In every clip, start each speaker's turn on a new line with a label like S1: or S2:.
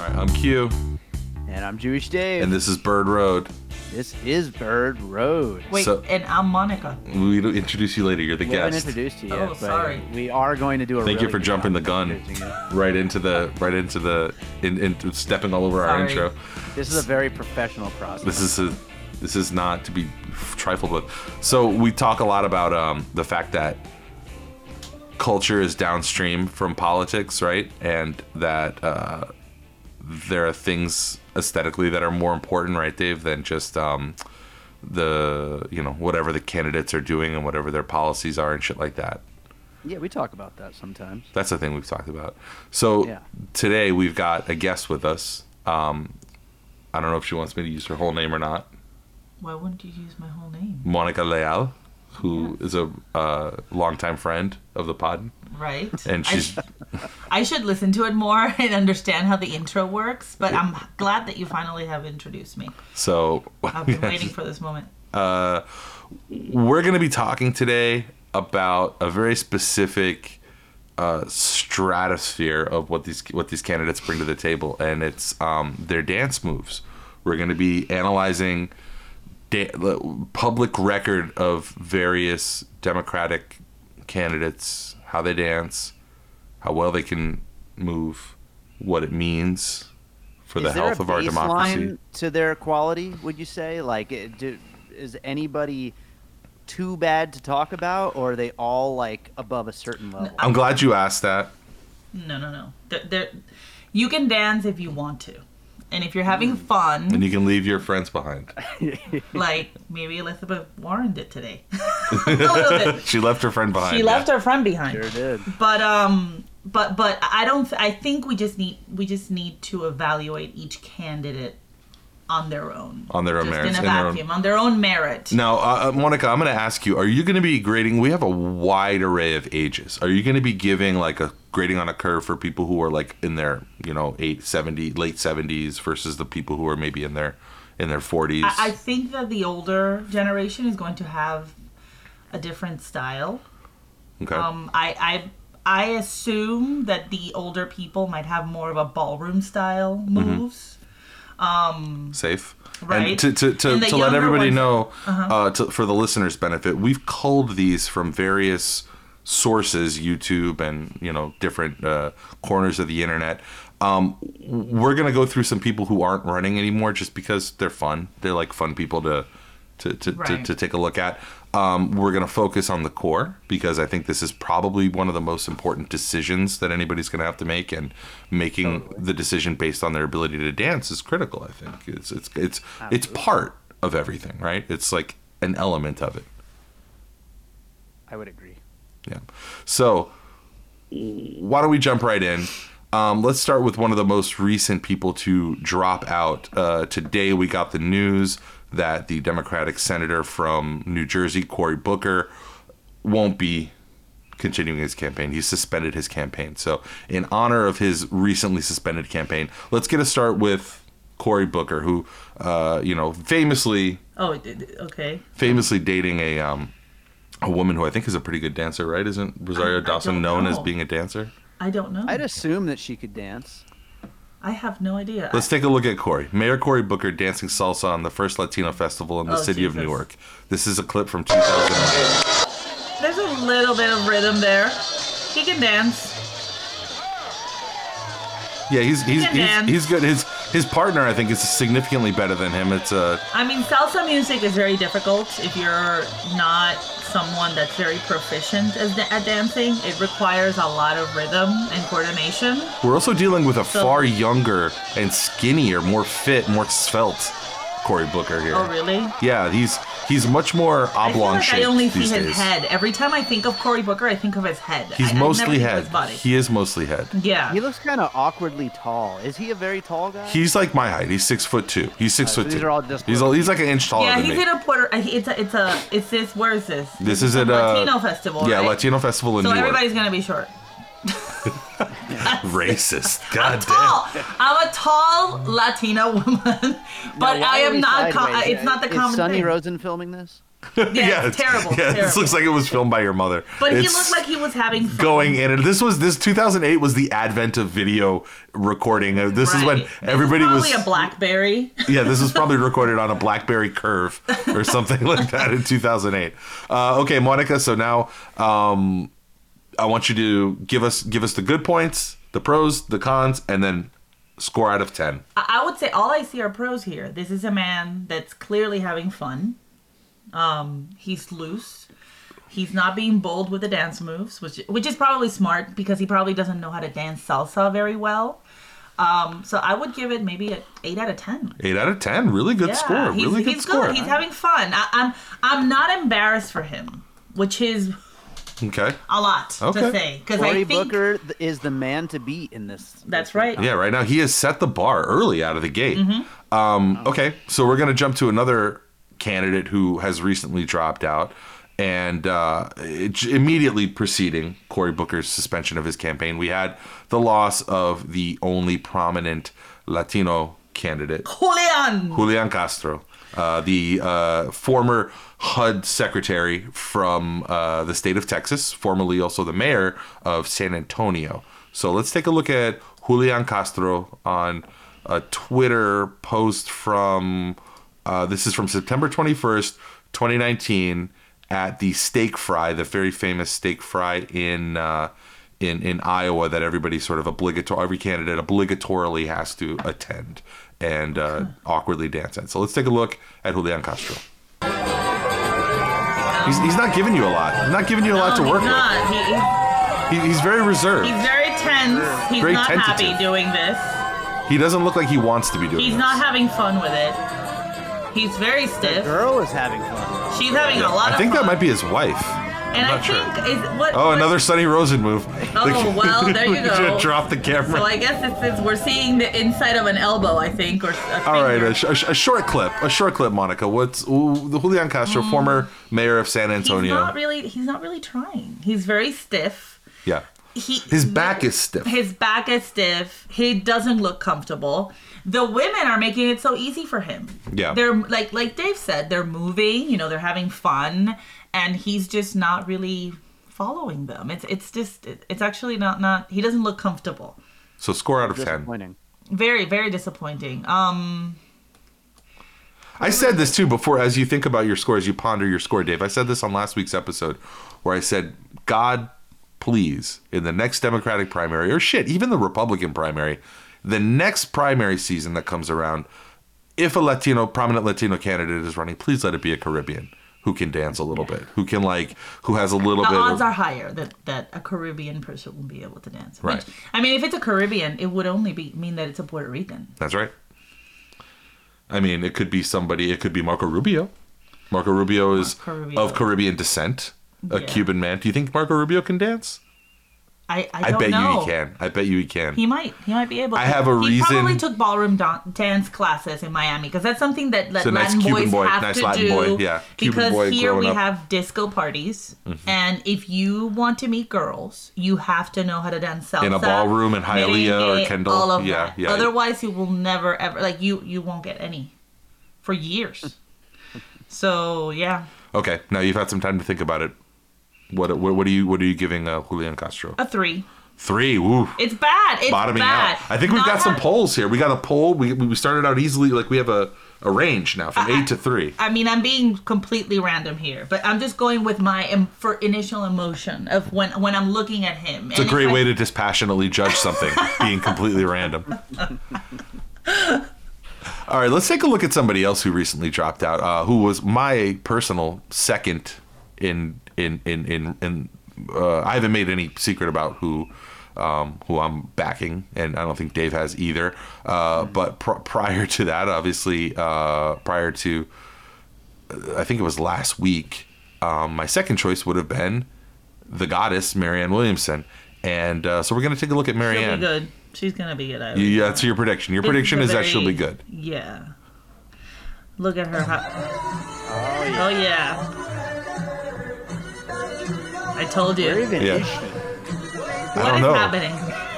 S1: I'm Q,
S2: And I'm Jewish Dave.
S1: and this is Bird Road.
S2: this is Bird Road.
S3: Wait,
S1: So-
S3: and I'm Monica.
S1: We'll introduce you later. You're the
S2: We haven't
S1: guest.
S2: introduced you yet,
S3: Oh,
S2: but
S3: sorry.
S2: we are going to do a.
S1: Thank you
S2: really
S1: for
S2: good
S1: jumping
S2: job
S1: the gun.
S2: introducing you.
S1: Right into the right into the in, in stepping all over our
S3: Sorry.
S1: intro.
S2: This is a very professional process.
S1: This is a this is not to be trifled with. So we talk a lot about um, the fact that culture is downstream from politics, right? And that uh, there are things aesthetically that are more important, right, Dave, than just um, the you know whatever the candidates are doing and whatever their policies are and shit like that.
S2: yeah, we talk about that sometimes.
S1: That's the thing we've talked about. So
S2: Yeah.
S1: today we've got a guest with us. Um, I don't know if she wants me to use her whole name or not.
S3: Why wouldn't you use my whole name?
S1: Monica Leal, who is a uh, longtime friend of the pod,
S3: Right?
S1: and
S3: I
S1: she's
S3: sh- I, should listen to it more and understand how the intro works, but I'm glad that you finally have introduced me.
S1: so.
S3: I've been waiting for this moment.
S1: uh, we're going to be talking today about a very specific uh, stratosphere of what these what these candidates bring to the table, and it's um, their dance moves. We're going to be analyzing da- the public record of various Democratic candidates, how they dance, how well they can move, what it means for the
S2: Is there
S1: health
S2: a
S1: of our
S2: baseline
S1: democracy.
S2: To their quality, would you say? Like, it- do, is anybody too bad to talk about, or are they all like above a certain level?
S1: I'm glad you asked that.
S3: No, no, no. There, there, you can dance if you want to. And if you're having fun,
S1: Mm. And you can leave your friends behind.
S3: like maybe Elizabeth Warren did today. a little bit.
S1: She left her friend behind.
S3: She left her friend behind.
S2: Sure did.
S3: but um but but i don't i think we just need we just need to evaluate each candidate on their own
S1: On their own
S3: just
S1: merits,
S3: in
S1: in
S3: a
S1: their own-
S3: vacuum on their own merit
S1: Now, uh, uh, Monica, I'm going to ask you: Are you going to be grading? We have a wide array of ages. Are you going to be giving like a grading on a curve for people who are like in their, you know, eight seventy, late seventies, versus the people who are maybe in their, in their forties?
S3: I, I think that the older generation is going to have a different style
S1: Okay.
S3: um i i i assume that the older people might have more of a ballroom style
S1: Mm-hmm.
S3: moves
S1: safe. And
S3: Right.
S1: to, to, to,
S3: And the
S1: to let
S3: younger
S1: everybody
S3: ones- Uh-huh.
S1: know, uh, to, for the listeners' benefit, we've culled these from various sources, YouTube and, you know, different uh, corners of the internet. Um, we're going to go through some people who aren't running anymore just because they're fun. They're like fun people to, to, to, to,
S3: Right.
S1: to take a look at. Um, we're going to focus on the core because I think this is probably one of the most important decisions that anybody's going to have to make, and making the decision based on their ability to dance is critical. I think it's it's it's it's part of everything, right? It's like an element of it.
S2: I would agree.
S1: Yeah. So why don't we jump right in? Um, let's start with one of the most recent people to drop out. Uh, today we got the news that the Democratic senator from New Jersey, Cory Booker, won't be continuing his campaign. He suspended his campaign. So in honor of his recently suspended campaign, let's get a start with Cory Booker, who, uh, you know, famously
S3: oh it- it- okay
S1: famously dating a um a woman who I think is a pretty good dancer, right? Isn't Rosario
S3: I
S1: Dawson
S3: don't
S1: known as
S3: know.
S1: being a dancer?
S3: i don't know
S2: I'd assume that she could dance.
S3: i have no idea
S1: Let's take a look at Corey. Mayor Cory Booker dancing salsa on the first Latino festival in the
S3: Oh,
S1: city of
S3: Jesus.
S1: Newark. This is a clip from 2009.
S3: there's a little bit of rhythm there he can dance
S1: Yeah, he's he's
S3: Good
S1: he's,
S3: man.
S1: he's good. His his partner I think is significantly better than him. It's uh
S3: I mean, salsa music is very difficult if you're not someone that's very proficient as da- at dancing. It requires a lot of rhythm and coordination.
S1: we're also dealing with a far younger and skinnier, more fit, more svelte Cory Booker here.
S3: Oh, really?
S1: Yeah, he's he's much more
S3: I feel
S1: oblong
S3: like I
S1: shaped
S3: only see
S1: these
S3: his
S1: days.
S3: head. Every time I think of Cory Booker, I think of his head. I-
S1: He's
S3: I never
S1: mostly
S3: think of
S1: head.
S3: His body.
S1: He is mostly head.
S3: yeah.
S2: He looks kind of awkwardly tall. Is he a very tall guy?
S1: He's like my height. He's six foot two. He's six
S2: so
S1: foot
S2: these
S1: two.
S2: are all just-
S1: he's, a- he's like an inch taller
S3: yeah,
S1: than
S3: he's
S1: me.
S3: in a Puerto. I- It's a. It's a. It's this. Where is this?
S1: this is
S3: a
S1: at uh,
S3: Latino festival.
S1: Yeah,
S3: right?
S1: Latino festival in
S3: So
S1: New York.
S3: everybody's gonna be short.
S1: Racist. God damn.
S3: Tall. I'm a tall Latina woman, but
S2: Now, why
S3: I
S2: are
S3: am
S2: we
S3: not.
S2: sideways?
S3: Co- it's not the
S2: is
S3: common
S2: Sunny
S3: thing.
S2: Rosen filming this?
S1: yeah,
S3: it's
S1: it's-
S3: terrible,
S1: Yeah, this
S3: terrible.
S1: looks like it was filmed by your mother.
S3: But he
S1: It's
S3: looked like he was having fun.
S1: going in and this was this 2008 was the advent of video recording. Uh, This is when
S3: Right.
S1: everybody
S3: this is
S1: was
S3: probably a BlackBerry.
S1: yeah, this was probably recorded on a BlackBerry Curve or something like that in 2008. Uh, okay, Monica. So now um, I want you to give us give us the good points, the pros, the cons, and then score out of ten.
S3: I I would say all I see are pros here. This is a man that's clearly having fun. Um, he's loose. He's not being bold with the dance moves, which which is probably smart because he probably doesn't know how to dance salsa very well. Um, so I would give it maybe an eight out of ten.
S1: Eight out of ten. Really good score.
S3: he's,
S1: Really good
S3: he's
S1: score.
S3: good. He's having fun. I, I'm I'm not embarrassed for him, which is
S1: okay.
S3: a lot
S1: Okay.
S3: to say because I
S2: Cory
S3: think
S2: Booker th- is the man to beat in this.
S3: that's right.
S1: Yeah, right now he has set the bar early out of the gate. Um, okay, so we're going to jump to another candidate who has recently dropped out and uh, it, immediately preceding Cory Booker's suspension of his campaign. We had the loss of the only prominent Latino candidate,
S3: Julian.
S1: Julian Castro, uh, the uh, former HUD secretary from uh, the state of Texas, formerly also the mayor of San Antonio. So let's take a look at Julian Castro on a Twitter post from uh, this is from September 21st, 2019, at the steak fry, the very famous steak fry in. Uh, in, in Iowa that everybody sort of obligatory every candidate obligatorily has to attend and uh, awkwardly dance at. So let's take a look at Julian Castro. He's, he's not giving you a lot. He's not giving you a lot
S3: No,
S1: to work
S3: he's not. He- he's-
S1: with. He, he's very reserved.
S3: He's very tense. He's
S1: Very
S3: not
S1: tentative.
S3: happy doing this.
S1: he doesn't look like he wants to be doing
S3: He's
S1: this.
S3: not having fun with it. He's very stiff.
S2: Girl is having fun.
S3: She's having a lot
S1: I
S3: of
S1: think that
S3: fun.
S1: might be his wife.
S3: And
S1: I'm
S3: I
S1: not sure.
S3: think is what.
S1: Oh,
S3: what-
S1: another Sunny Rosen move.
S3: Oh, well, there you go.
S1: Drop the camera.
S3: So I guess this is we're seeing the inside of an elbow, I think, or a finger.
S1: All right, uh, a, sh- a, sh- a short clip. A short clip, Monica. What's ooh, the Julian Castro, former mayor of San
S3: Mm. he's
S1: Antonio?
S3: not really. He's not really trying. He's very stiff.
S1: yeah.
S3: He
S1: His back is stiff.
S3: His back is stiff. He doesn't look comfortable. The women are making it so easy for him.
S1: Yeah.
S3: They're like like Dave said, they're moving, you know, they're having fun and he's just not really following them. It's it's just it- it's actually not not he doesn't look comfortable.
S1: So score out of ten.
S2: Disappointing.
S3: Very very disappointing. Um
S1: I said this too before. As you think about your score, as you ponder your score, Dave. I said this on last week's episode, where I said, "God, please, in the next Democratic primary, or shit, even the Republican primary, the next primary season that comes around, if a Latino, prominent Latino candidate is running, please let it be a Caribbean who can dance a little bit, who can like, who has a little
S3: the
S1: bit."
S3: odds
S1: of,
S3: are higher that that a Caribbean person will be able to dance.
S1: Right.
S3: Which- I mean, if it's a Caribbean, it would only be mean that it's a Puerto Rican.
S1: That's right. I mean, it could be somebody. It could be Marco Rubio. Marco Rubio is
S3: Marco Rubio.
S1: of Caribbean descent, a
S3: Yeah.
S1: Cuban man. Do you think Marco Rubio can dance?
S3: I I,
S1: I,
S3: don't
S1: bet
S3: know.
S1: you he can. I bet you he can.
S3: He might. He might be able. To.
S1: I have a
S3: he probably
S1: reason-
S3: took ballroom dan- dance classes in Miami because that's something that that
S1: a nice
S3: Latin
S1: Cuban
S3: boys
S1: boy,
S3: have
S1: nice
S3: to
S1: Latin
S3: do.
S1: boy, yeah. Cuban
S3: Because
S1: boy
S3: here we
S1: growing up. Mm-hmm.
S3: have disco parties, and if you want to meet girls, you have to know how to dance salsa
S1: In a ballroom in Hialeah or
S3: merengue,
S1: Kendall.
S3: All of
S1: Yeah,
S3: that.
S1: yeah.
S3: Otherwise, you will never ever like you. You won't get any for years. so yeah,
S1: okay, now you've had some time to think about it. What what, what are you what are you giving uh, Julian Castro?
S3: a three.
S1: Three. Woo.
S3: It's bad. It's
S1: Bottoming
S3: bad.
S1: out. I think we've
S3: Not
S1: got some
S3: have-
S1: polls here. We got a poll. We, we started out easily. Like we have a, a range now from
S3: I-
S1: eight to three.
S3: I mean, I'm being completely random here, but I'm just going with my em- for initial emotion of when when I'm looking at him.
S1: It's a great way to dispassionately judge something, being completely random. All right, let's take a look at somebody else who recently dropped out, uh, who was my personal second in in in in. in uh, I haven't made any secret about who um, who I'm backing, and I don't think Dave has either. Uh, but pr- prior to that, obviously, uh, prior to I think it was last week, um, my second choice would have been the goddess Marianne Williamson, and uh, so we're gonna take a look at
S3: She'll be
S1: Marianne.
S3: good. She's gonna be good. I would-
S1: Yeah, that's your prediction. Your
S3: This
S1: prediction
S3: a
S1: is that
S3: very-
S1: she'll be good.
S3: Yeah. Look at her. How- oh yeah. I told
S2: Where
S3: you.
S2: even
S1: Yeah.
S2: is she?
S1: I
S3: What
S1: don't
S3: is
S1: know.
S3: happening?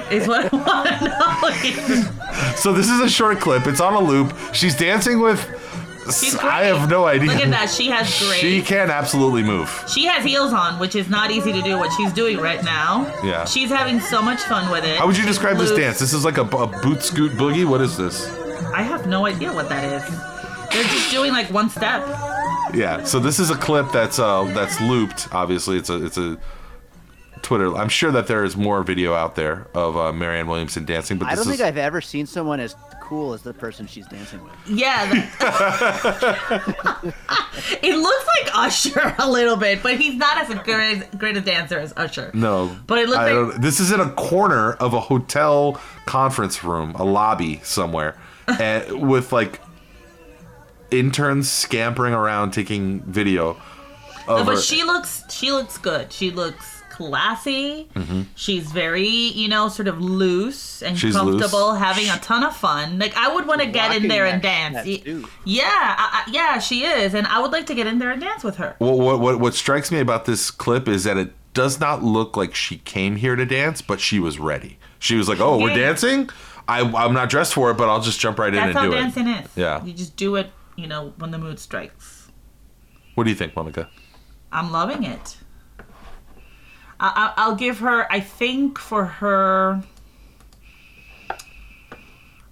S3: Is what I want to know.
S1: So this is a short clip. It's on a loop. She's dancing with
S3: She's great.
S1: I have no idea.
S3: Look at that. She has great.
S1: She can absolutely move.
S3: She has heels on, which is not easy to do what she's doing right now.
S1: Yeah.
S3: She's having so much fun with it.
S1: How would you describe this
S3: Luke,
S1: dance? This is like a, a boot scoot boogie. What is this?
S3: I have no idea what that is. They're just doing like one step.
S1: Yeah. So this is a clip that's uh that's looped. Obviously, it's a it's a Twitter. I'm sure that there is more video out there of uh, Marianne Williamson dancing, but
S2: I
S1: this
S2: don't
S1: is
S2: think I've ever seen someone as cool as the person she's dancing with.
S3: Yeah. that- it looks like Usher a little bit, but he's not as a great, great a dancer as Usher.
S1: no.
S3: But it looked
S1: I
S3: like-
S1: don't- this is in a corner of a hotel conference room, a lobby somewhere, and with like interns scampering around taking video.
S3: No,
S1: Of her.
S3: but she looks she looks good. She looks classy. She's very, you know, sort of loose and
S1: Mm-hmm. She's
S3: comfortable,
S1: loose.
S3: having a ton of fun. Like I would want to get in
S2: Rocking
S3: there and
S2: that-
S3: dance.
S2: that
S3: Y-
S2: suit.
S3: yeah, I, I, yeah, she is, and I would like to get in there and dance with her.
S1: Well, what what what strikes me about this clip is that it does not look like she came here to dance, but she was ready. She was like, "Oh, we're
S3: Yeah.
S1: dancing. I, I'm not dressed for it, but I'll just jump right in
S3: That's
S1: and
S3: how
S1: do
S3: dancing
S1: it."
S3: is.
S1: Yeah.
S3: you just do it, you know, when the mood strikes.
S1: What do you think, Monica?
S3: I'm loving it. I, I, I'll give her. I think for her,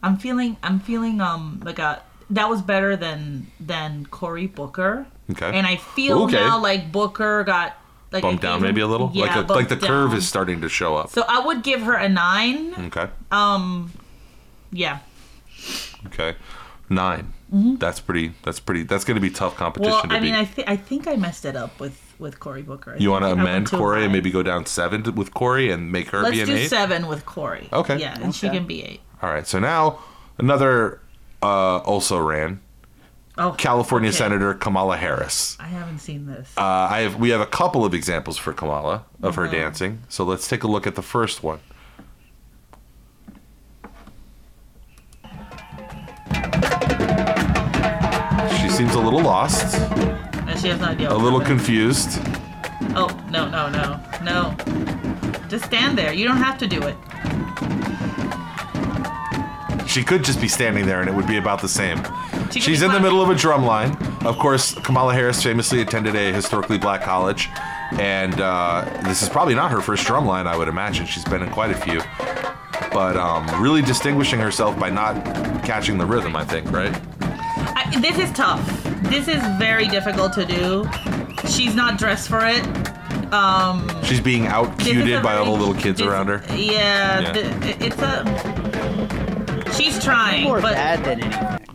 S3: I'm feeling. I'm feeling. Um, like a that was better than than Cory Booker.
S1: Okay.
S3: And I feel
S1: Okay.
S3: now like Booker got like
S1: Bumped
S3: I gave
S1: down
S3: him-
S1: maybe a little.
S3: Yeah,
S1: like a,
S3: bumped
S1: like the curve
S3: down.
S1: is Hmm. starting to show up.
S3: So I would give her a nine.
S1: Okay.
S3: Um, yeah.
S1: Okay. 9 That's pretty. That's pretty. That's going to be tough competition
S3: Mm-hmm. Well,
S1: to
S3: I mean,
S1: beat.
S3: I think I think I messed it up with with Cory Booker. I
S1: you
S3: think
S1: want
S3: I
S1: to
S3: went
S1: amend
S3: too
S1: Corey and
S3: high.
S1: maybe go down seven to, with Corey and make her
S3: Let's
S1: be an
S3: do
S1: eight.
S3: seven with Corey.
S1: Okay.
S3: Yeah, and she
S2: Okay.
S3: can be eight.
S1: All right. So now another uh, also ran
S3: Oh,
S1: California
S3: okay.
S1: Senator Kamala Harris.
S3: I haven't seen this.
S1: Uh, I have we have a couple of examples for Kamala of her dancing. So let's take a look at the first one. She seems a little lost,
S3: No, she has no idea.
S1: a
S3: what's
S1: little
S3: happening.
S1: confused.
S3: Oh no no no no! Just stand there. You don't have to do it.
S1: She could just be standing there and it would be about the same.
S3: She could
S1: She's
S3: be
S1: in the
S3: clapping.
S1: middle of a drum line. Of course, Kamala Harris famously attended a historically black college. And uh, this is probably not her first drum line, I would imagine. She's been in quite a few. But um, really distinguishing herself by not catching the rhythm, I think, right?
S3: I, this is tough. This is very difficult to do. She's not dressed for it. Um,
S1: She's being out
S3: this is a
S1: cuted by all the
S3: very-
S1: little kids
S3: this-
S1: around her.
S3: Yeah,
S1: Yeah.
S3: th- it's a. She's trying,
S2: More
S3: but
S2: bad than anything.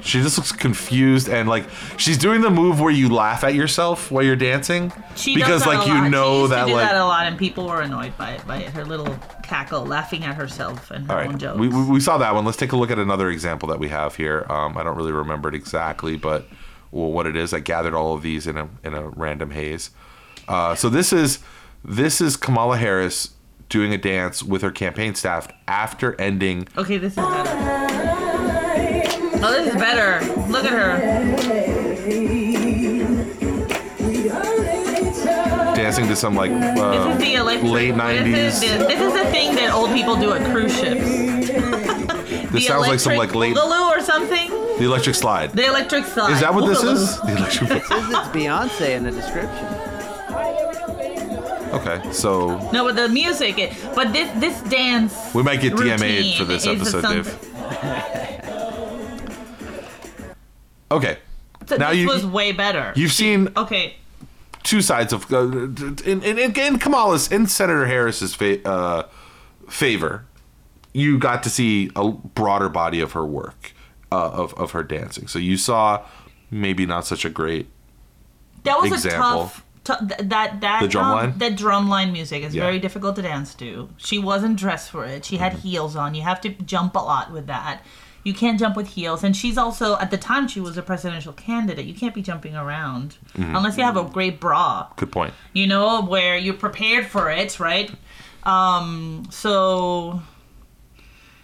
S1: She just looks confused and like she's doing the move where you laugh at yourself while you're dancing.
S3: she
S1: because
S3: does that
S1: like
S3: a
S1: you
S3: lot.
S1: know
S3: she used
S1: that
S3: to do
S1: like
S3: that a lot, and people were annoyed by it, by her little cackle, laughing at herself and her
S1: All
S3: own
S1: right,
S3: jokes.
S1: we, we, we saw that one. Let's take a look at another example that we have here. Um, I don't really remember it exactly, but well, what it is, I gathered all of these in a in a random haze. Uh, so this is this is Kamala Harris doing a dance with her campaign staff after ending.
S3: Okay, this is better. Oh, this is better. Look at her.
S1: Dancing to some like uh,
S3: This is the electric.
S1: late
S3: This is,
S1: '90s.
S3: the, this is the thing that old people do at cruise ships.
S1: This sounds like some like late
S3: Boogaloo or something.
S1: the electric slide.
S3: The electric slide.
S1: Is that what this
S3: Boogaloo.
S1: is? The electric.
S2: This is Beyonce in the description.
S1: Okay, so
S3: No, but the music. It, but this this dance.
S1: We might get DMA'd
S3: routine
S1: for this
S3: is
S1: episode,
S3: some-
S1: Dave. Okay.
S3: So
S1: Now
S3: this
S1: you-
S3: was way better.
S1: You've seen
S3: okay.
S1: two sides of uh, in, in, in, in Kamala's in Senator Harris's fa- uh, favor. You got to see a broader body of her work, uh, of of her dancing. So you saw maybe not such a great.
S3: That was
S1: example.
S3: a tough. tou- th- that that
S1: The drum
S3: um,
S1: line?
S3: that drum line music is
S1: Yeah. Mm-hmm.
S3: very difficult to dance to. She wasn't dressed for it. She had heels on. You have to jump a lot with that. You can't jump with heels, and she's also at the time she was a presidential candidate. You can't be jumping around
S1: Mm-hmm.
S3: unless you have a great bra.
S1: Good point.
S3: You know where you're prepared for it, right? Um, so,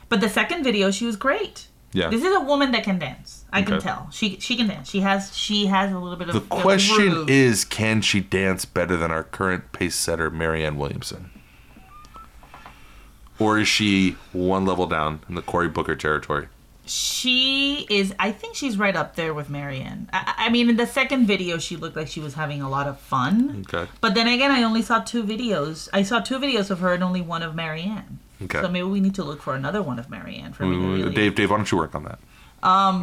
S3: but the second video, she was great.
S1: Yeah.
S3: This is a woman that can dance. I can
S1: Okay.
S3: tell. She she can dance. She has she has a little bit of
S1: The question
S3: groove.
S1: is, can she dance better than our current pace setter, Marianne Williamson? Or is she one level down in the Cory Booker territory?
S3: She is. I think she's right up there with Marianne. I, I mean, in the second video, she looked like she was having a lot of fun.
S1: Okay.
S3: But then again, I only saw two videos. I saw two videos of her and only one of Marianne.
S1: Okay. Mm,
S3: So maybe we need to look for another one of Marianne for me. to really-
S1: Dave, Dave, why don't you work on that?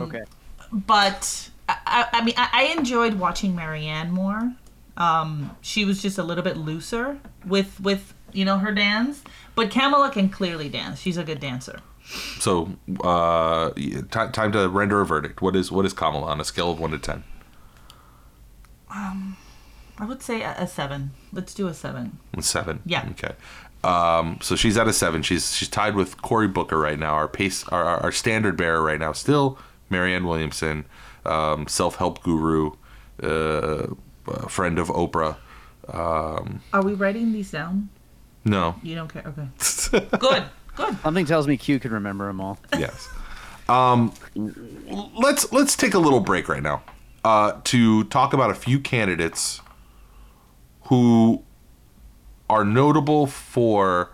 S2: Okay.
S3: but I, I- I mean, I, I enjoyed watching Marianne more. Um, she was just a little bit looser with with you know her dance, but Kamala can clearly dance. She's a good dancer.
S1: So, uh, y- ti- time to render a verdict. What is what is Kamala on a scale of one to ten?
S3: I would say a, a seven. Let's do a seven.
S1: Seven.
S3: Yeah.
S1: Okay. Um, so she's at a seven. She's she's tied with Cory Booker right now. Our pace, our, our, our standard bearer right now, still Marianne Williamson, um, self help guru, uh, uh, friend of Oprah.
S3: Are we writing these down?
S1: No.
S3: You don't care. Okay. Good. Good.
S2: Something tells me Q could remember them all.
S1: yes. Um, let's let's take a little break right now uh, to talk about a few candidates who are notable for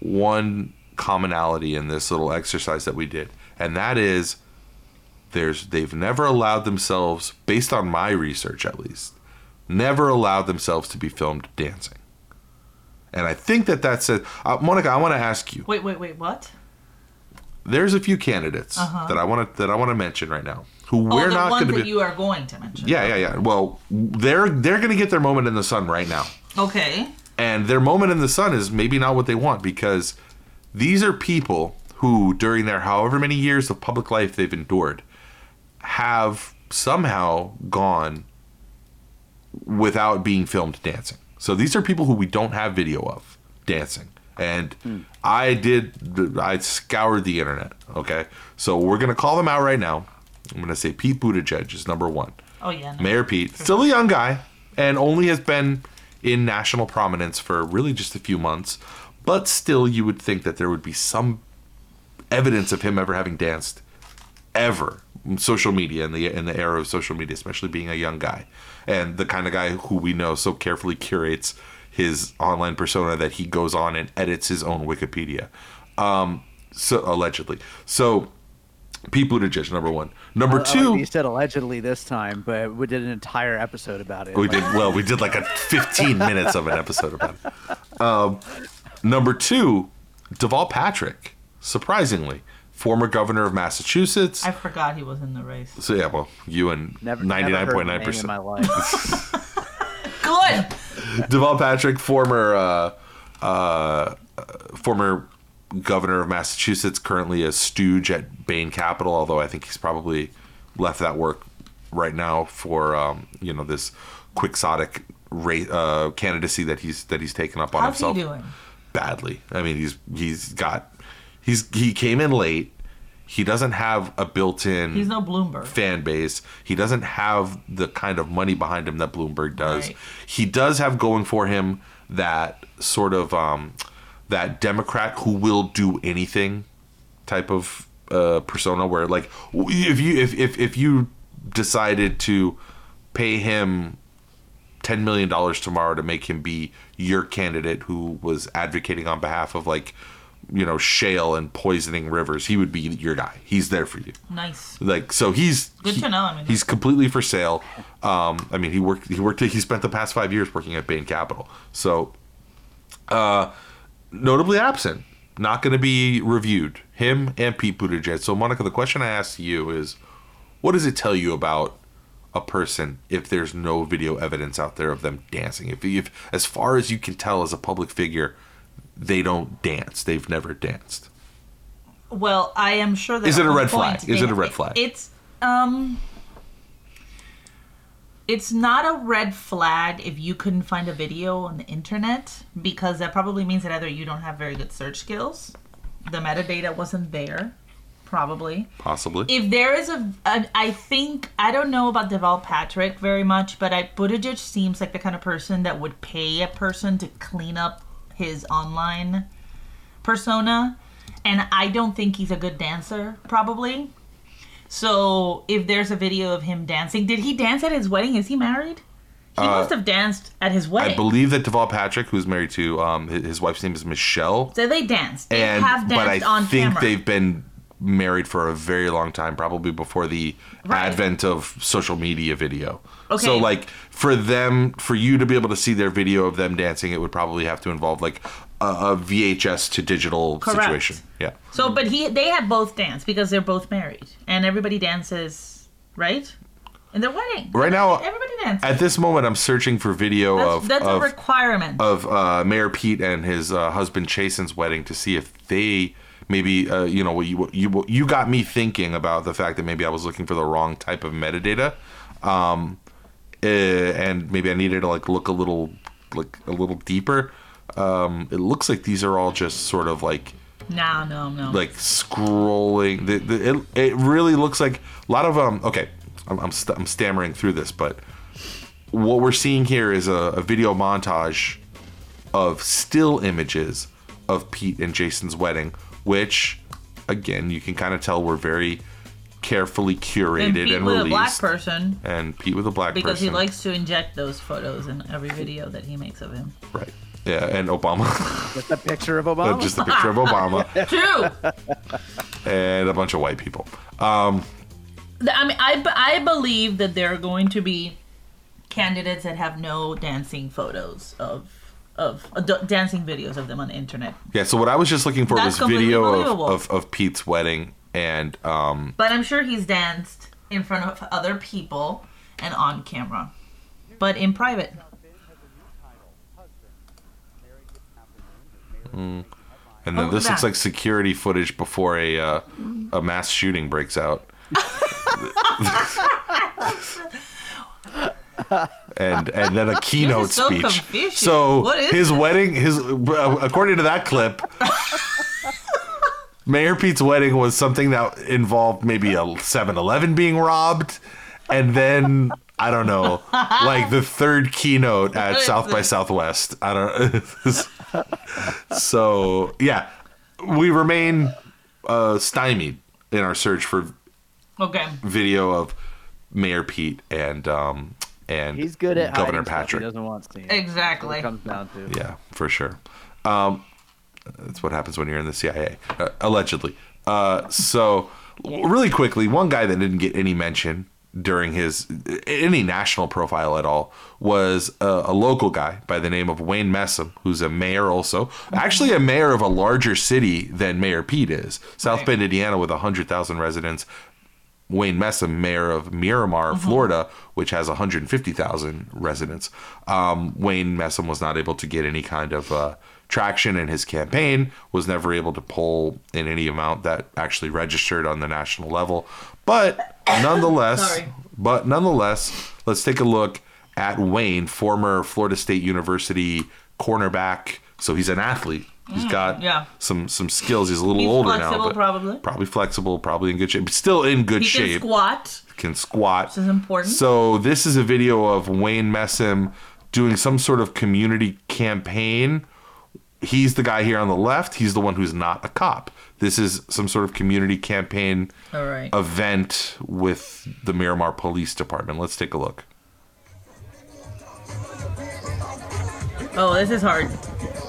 S1: one commonality in this little exercise that we did, and that is there's they've never allowed themselves, based on my research at least, never allowed themselves to be filmed dancing. And I think that that says, uh, Monica, I want to ask you
S3: Wait, wait, wait. What?
S1: there's a few candidates
S3: Uh-huh.
S1: that I want to that I want to mention right now who
S3: oh,
S1: we're
S3: the
S1: not
S3: ones
S1: going to
S3: that
S1: be.
S3: you are going to mention.
S1: yeah, yeah, yeah. Well, they're they're going to get their moment in the sun right now,
S3: Okay.
S1: and their moment in the sun is maybe not what they want because these are people who, during their however many years of public life they've endured, have somehow gone without being filmed dancing. So these are people who we don't have video of dancing. And I did, I scoured the internet. Okay. So we're going to call them out right now. I'm going to say Pete Buttigieg is number one.
S3: Oh yeah. No.
S1: Mayor Pete, still a young guy, and only has been in national prominence for really just a few months. But still, you would think that there would be some evidence of him ever having danced ever in social media in the in the era of social media, especially being a young guy and the kind of guy who we know so carefully curates his online persona that he goes on and edits his own Wikipedia. Um, so allegedly, so Pete Buttigieg, number one. Number
S2: I like
S1: two,
S2: that you oh, said allegedly this time, but we did an entire episode about it.
S1: we
S2: Like,
S1: did well. We did like a 15 minutes of an episode about it. Um, number two, Deval Patrick, surprisingly, former governor of Massachusetts.
S3: I forgot he was in the race.
S1: so yeah, well, you and
S2: Never,
S1: 99.9
S2: never heard the name in my
S1: percent.
S2: life.
S3: Good.
S1: Deval Patrick, former uh, uh, former governor of Massachusetts, currently a stooge at Bain Capital, although I think he's probably left that work right now for um, you know this quixotic ra- uh, candidacy that he's that he's taken up on
S3: How's
S1: himself
S3: he doing?
S1: badly. I mean, he's he's got he's he came in late. He doesn't have a built-in
S3: He's no Bloomberg.
S1: fan base. He doesn't have the kind of money behind him that Bloomberg does.
S3: Right.
S1: He does have going for him that sort of um, that Democrat who will do anything type of uh, persona, where like w- if you if if, if you decided to pay him ten million dollars tomorrow to make him be your candidate who was advocating on behalf of like you know shale and poisoning rivers he would be your guy he's there for you
S3: Nice.
S1: like so he's
S3: Good to know, I mean-
S1: he's completely for sale. Um, I mean he worked he worked he spent the past five years working at Bain Capital. So uh, notably absent, not going to be reviewed. Him and Pete Buttigieg. So Monica, the question I asked you is, what does it tell you about a person if there's no video evidence out there of them dancing? If, if as far as you can tell as a public figure, they don't dance. They've never danced.
S3: Well, I am sure that
S1: Is it a
S3: at
S1: red
S3: one point
S1: flag? Is
S3: they-
S1: it a red flag?
S3: It's um It's not a red flag if you couldn't find a video on the internet because that probably means that either you don't have very good search skills, the metadata wasn't there, probably.
S1: Possibly.
S3: If there is a, an- I think I don't know about Deval Patrick very much, but I Buttigieg seems like the kind of person that would pay a person to clean up his online persona, and I don't think he's a good dancer, probably. So if there's a video of him dancing, did he dance at his wedding? Is he married? He must have danced at his wedding.
S1: Uh, I believe that Deval Patrick, who's married to um, his, his wife's name is Michelle,
S3: so they danced. They
S1: and
S3: have danced
S1: but I
S3: on
S1: think
S3: camera.
S1: they've been married for a very long time, probably before the
S3: Right.
S1: advent of social media video. So
S3: Okay.
S1: like for them, for you to be able to see their video of them dancing, it would probably have to involve like a, a VHS to digital
S3: Correct.
S1: situation. Yeah.
S3: So, but he they had both danced because they're both married, and everybody dances, right? In their wedding,
S1: Right now,
S3: everybody dances.
S1: at this moment, I'm searching for video
S3: that's
S1: of
S3: that's
S1: of,
S3: a requirement.
S1: of uh, Mayor Pete and his uh, husband Chasen's wedding to see if they maybe uh, you know what you what you what you got me thinking about the fact that maybe I was looking for the wrong type of metadata, um, eh, and maybe I needed to like look a little like a little deeper. Um, it looks like these are all just sort of like
S3: no, no, no.
S1: like scrolling. The, the, it, it really looks like a lot of um. Okay, I'm I'm, st- I'm stammering through this, but what we're seeing here is a, a video montage of still images of Pete and Jason's wedding, which again you can kind of tell were very carefully curated
S3: and
S1: and,
S3: Pete with
S1: released.
S3: a black person
S1: and Pete with a black
S3: because
S1: person,
S3: he likes to inject those photos in every video that he makes of him.
S1: right? Yeah, and Obama,
S2: Just a picture of Obama.
S1: just a picture of Obama
S3: True.
S1: and a bunch of white people.
S3: The- I mean, I, b- I believe that there are going to be candidates that have no dancing photos of of uh, d- dancing videos of them on the internet.
S1: Yeah, so what I was just looking for
S3: That's
S1: was video
S3: completely
S1: of,
S3: believable.
S1: of, of Pete's wedding and um
S3: But I'm sure he's danced in front of other people and on camera, but in private.
S1: and then
S3: Oh,
S1: this looks
S3: look at that.
S1: like security footage before a uh, a mass shooting breaks out. and and then a keynote
S3: so
S1: speech.
S3: confusing.
S1: So
S3: What is
S1: his wedding his uh, according to that clip Mayor Pete's wedding was something that involved maybe a 7-Eleven being robbed, and then I don't know, like the third keynote at South by Southwest. I don't. so yeah, we remain uh, stymied in our search for
S3: Okay.
S1: video of Mayor Pete and um and
S2: He's good at
S1: Governor
S2: hiding stuff
S1: Patrick.
S2: He doesn't want to see.
S3: Exactly.
S2: It comes down to.
S1: Yeah, for sure. Um, that's what happens when you're in the CIA, uh, allegedly. Uh, so, w- really quickly, one guy that didn't get any mention during his any national profile at all was a, a local guy by the name of Wayne Messam, who's a mayor also, actually a mayor of a larger city than Mayor Pete is, South
S3: Right.
S1: Bend, Indiana, with hundred thousand residents. Wayne Messam, mayor of Miramar,
S3: Mm-hmm.
S1: Florida, which has 150,000 residents. Um, Wayne Messam was not able to get any kind of uh, traction in his campaign, was never able to poll in any amount that actually registered on the national level. But nonetheless,
S3: Sorry.
S1: but nonetheless, let's take a look at Wayne, former Florida State University cornerback. So he's an athlete. He's got
S3: Mm, yeah.
S1: some some skills. He's a little
S3: He's
S1: older now,
S3: flexible,
S1: but
S3: probably.
S1: probably flexible, probably in good shape, but still in good
S3: He can
S1: shape.
S3: squat,
S1: can squat.
S3: which is important.
S1: So this is a video of Wayne Messam doing some sort of community campaign. He's the guy here on the left. He's the one who's not a cop. This is some sort of community campaign
S3: All right.
S1: event with the Miramar Police Department. Let's take a look.
S3: Oh, this is hard.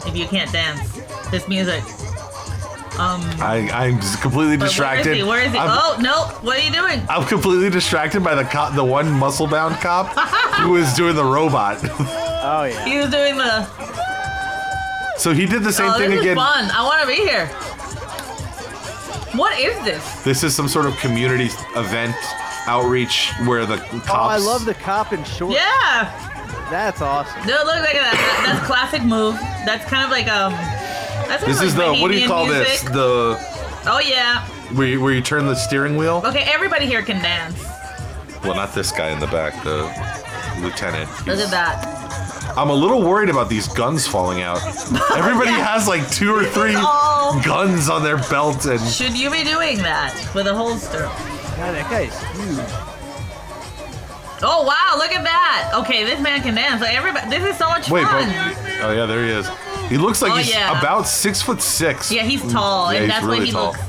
S3: If you can't dance, this music.
S1: I, I'm just completely
S3: But
S1: distracted.
S3: Where is he? Where is he?
S1: I'm,
S3: oh no! What are you doing?
S1: I'm completely distracted by the cop, the one muscle bound cop who is doing the robot.
S2: Oh yeah.
S3: He was doing the.
S1: so he did the same
S3: Oh,
S1: thing
S3: this is
S1: again.
S3: fun. I want to be here. What is this?
S1: This is some sort of community event outreach where the cops.
S2: Oh, I love the cop in shorts.
S3: Yeah.
S2: That's awesome.
S3: No, look like that. that- That's classic move. That's kind of like um. That's
S1: This
S3: kind
S1: is
S3: of
S1: the
S3: like
S1: what do you
S3: Bohemian
S1: call
S3: music.
S1: this? The
S3: Oh yeah.
S1: where you, where you turn the steering wheel?
S3: Okay, everybody here can dance.
S1: Well, not this guy in the back, the lieutenant.
S3: Look at that.
S1: I'm a little worried about these guns falling out. Everybody has like two or three
S3: all-
S1: guns on their belt, and
S3: Should you be doing that with a holster?
S2: God, that guy is huge.
S3: Oh wow! Look at that. Okay, this man can dance. Like everybody, this is so much
S1: wait, but,
S3: fun.
S1: oh yeah, there he is. He looks like
S3: Oh,
S1: he's
S3: yeah.
S1: about six foot six.
S3: Yeah, he's tall,
S1: Yeah,
S3: and
S1: he's
S3: that's
S1: really
S3: why he
S1: tall.
S3: looks.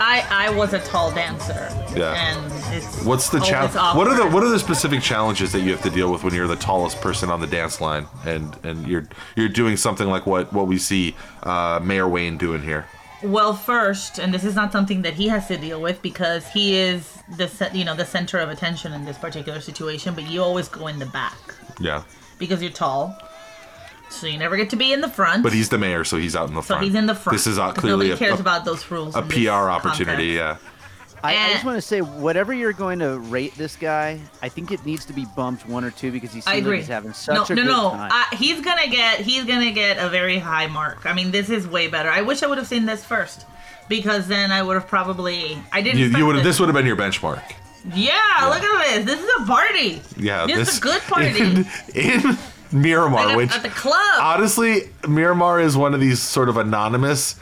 S3: I I was a tall dancer.
S1: Yeah.
S3: And it's
S1: What's the
S3: always
S1: challenge? What are the
S3: Oh, awkward.
S1: what are the specific challenges that you have to deal with when you're the tallest person on the dance line and and you're you're doing something like what what we see uh, Mayor Wayne doing here?
S3: well first and this is not something that he has to deal with because he is the ce- you know the center of attention in this particular situation but you always go in the back
S1: Yeah.
S3: because you're tall so you never get to be in the front
S1: But he's the mayor, so he's out in the
S3: so
S1: front.
S3: he's in the front
S1: This is uh,
S3: 'cause
S1: clearly
S3: nobody
S1: a,
S3: cares
S1: a,
S3: about those rules
S1: a
S3: in this
S1: PR opportunity.
S3: context.
S1: Yeah.
S2: I, I
S3: Eh.
S2: just want to say, whatever you're going to rate this guy, I think it needs to be bumped one or two because he
S3: I
S2: seems like
S3: agree.
S2: he's having such
S3: no,
S2: a
S3: no,
S2: good
S3: no.
S2: time.
S3: Uh, he's gonna get. He's gonna get a very high mark. I mean, this is way better. I wish I would have seen this first, because then I would have probably. I didn't.
S1: You,
S3: expect
S1: you would have.
S3: this.
S1: This would have been your benchmark.
S3: Yeah, look at this. This is a party.
S1: Yeah.
S3: this,
S1: this Oh,
S3: is a good party.
S1: in, in Miramar,
S3: Like at,
S1: which
S3: at the club.
S1: honestly, Miramar is one of these sort of anonymous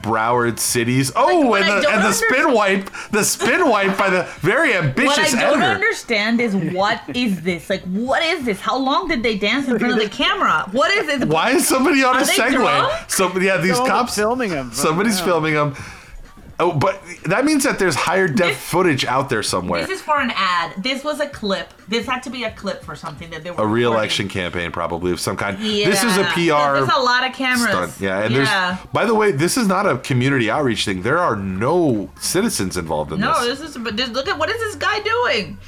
S1: Broward cities. Oh,
S3: what
S1: and,
S3: I
S1: the,
S3: don't
S1: and the spin
S3: under-
S1: wipe, the spin wipe by the very
S3: what I
S1: ambitious
S3: don't
S1: editor.
S3: understand is what is this? Like, what is this? How long did they dance in front of the camera? What is this?
S1: Why is somebody on a
S3: Are they drunk?
S1: Segway? Somebody, yeah, these
S2: Someone's
S1: cops
S2: filming him.
S1: Somebody's
S2: Yeah.
S1: filming them. Oh, but that means that there's higher def
S3: This-
S1: footage out there somewhere.
S3: This is for an ad. This was a clip. This had to be a clip for something that they
S1: a
S3: were. recording.
S1: re-election campaign, probably of some kind.
S3: Yeah.
S1: This is a PR.
S3: There's a lot of cameras.
S1: stunt. Yeah, and there's. By the way, this is not a community outreach thing. There are no citizens involved in
S3: No,
S1: this.
S3: this is. But this, look at what is this guy doing?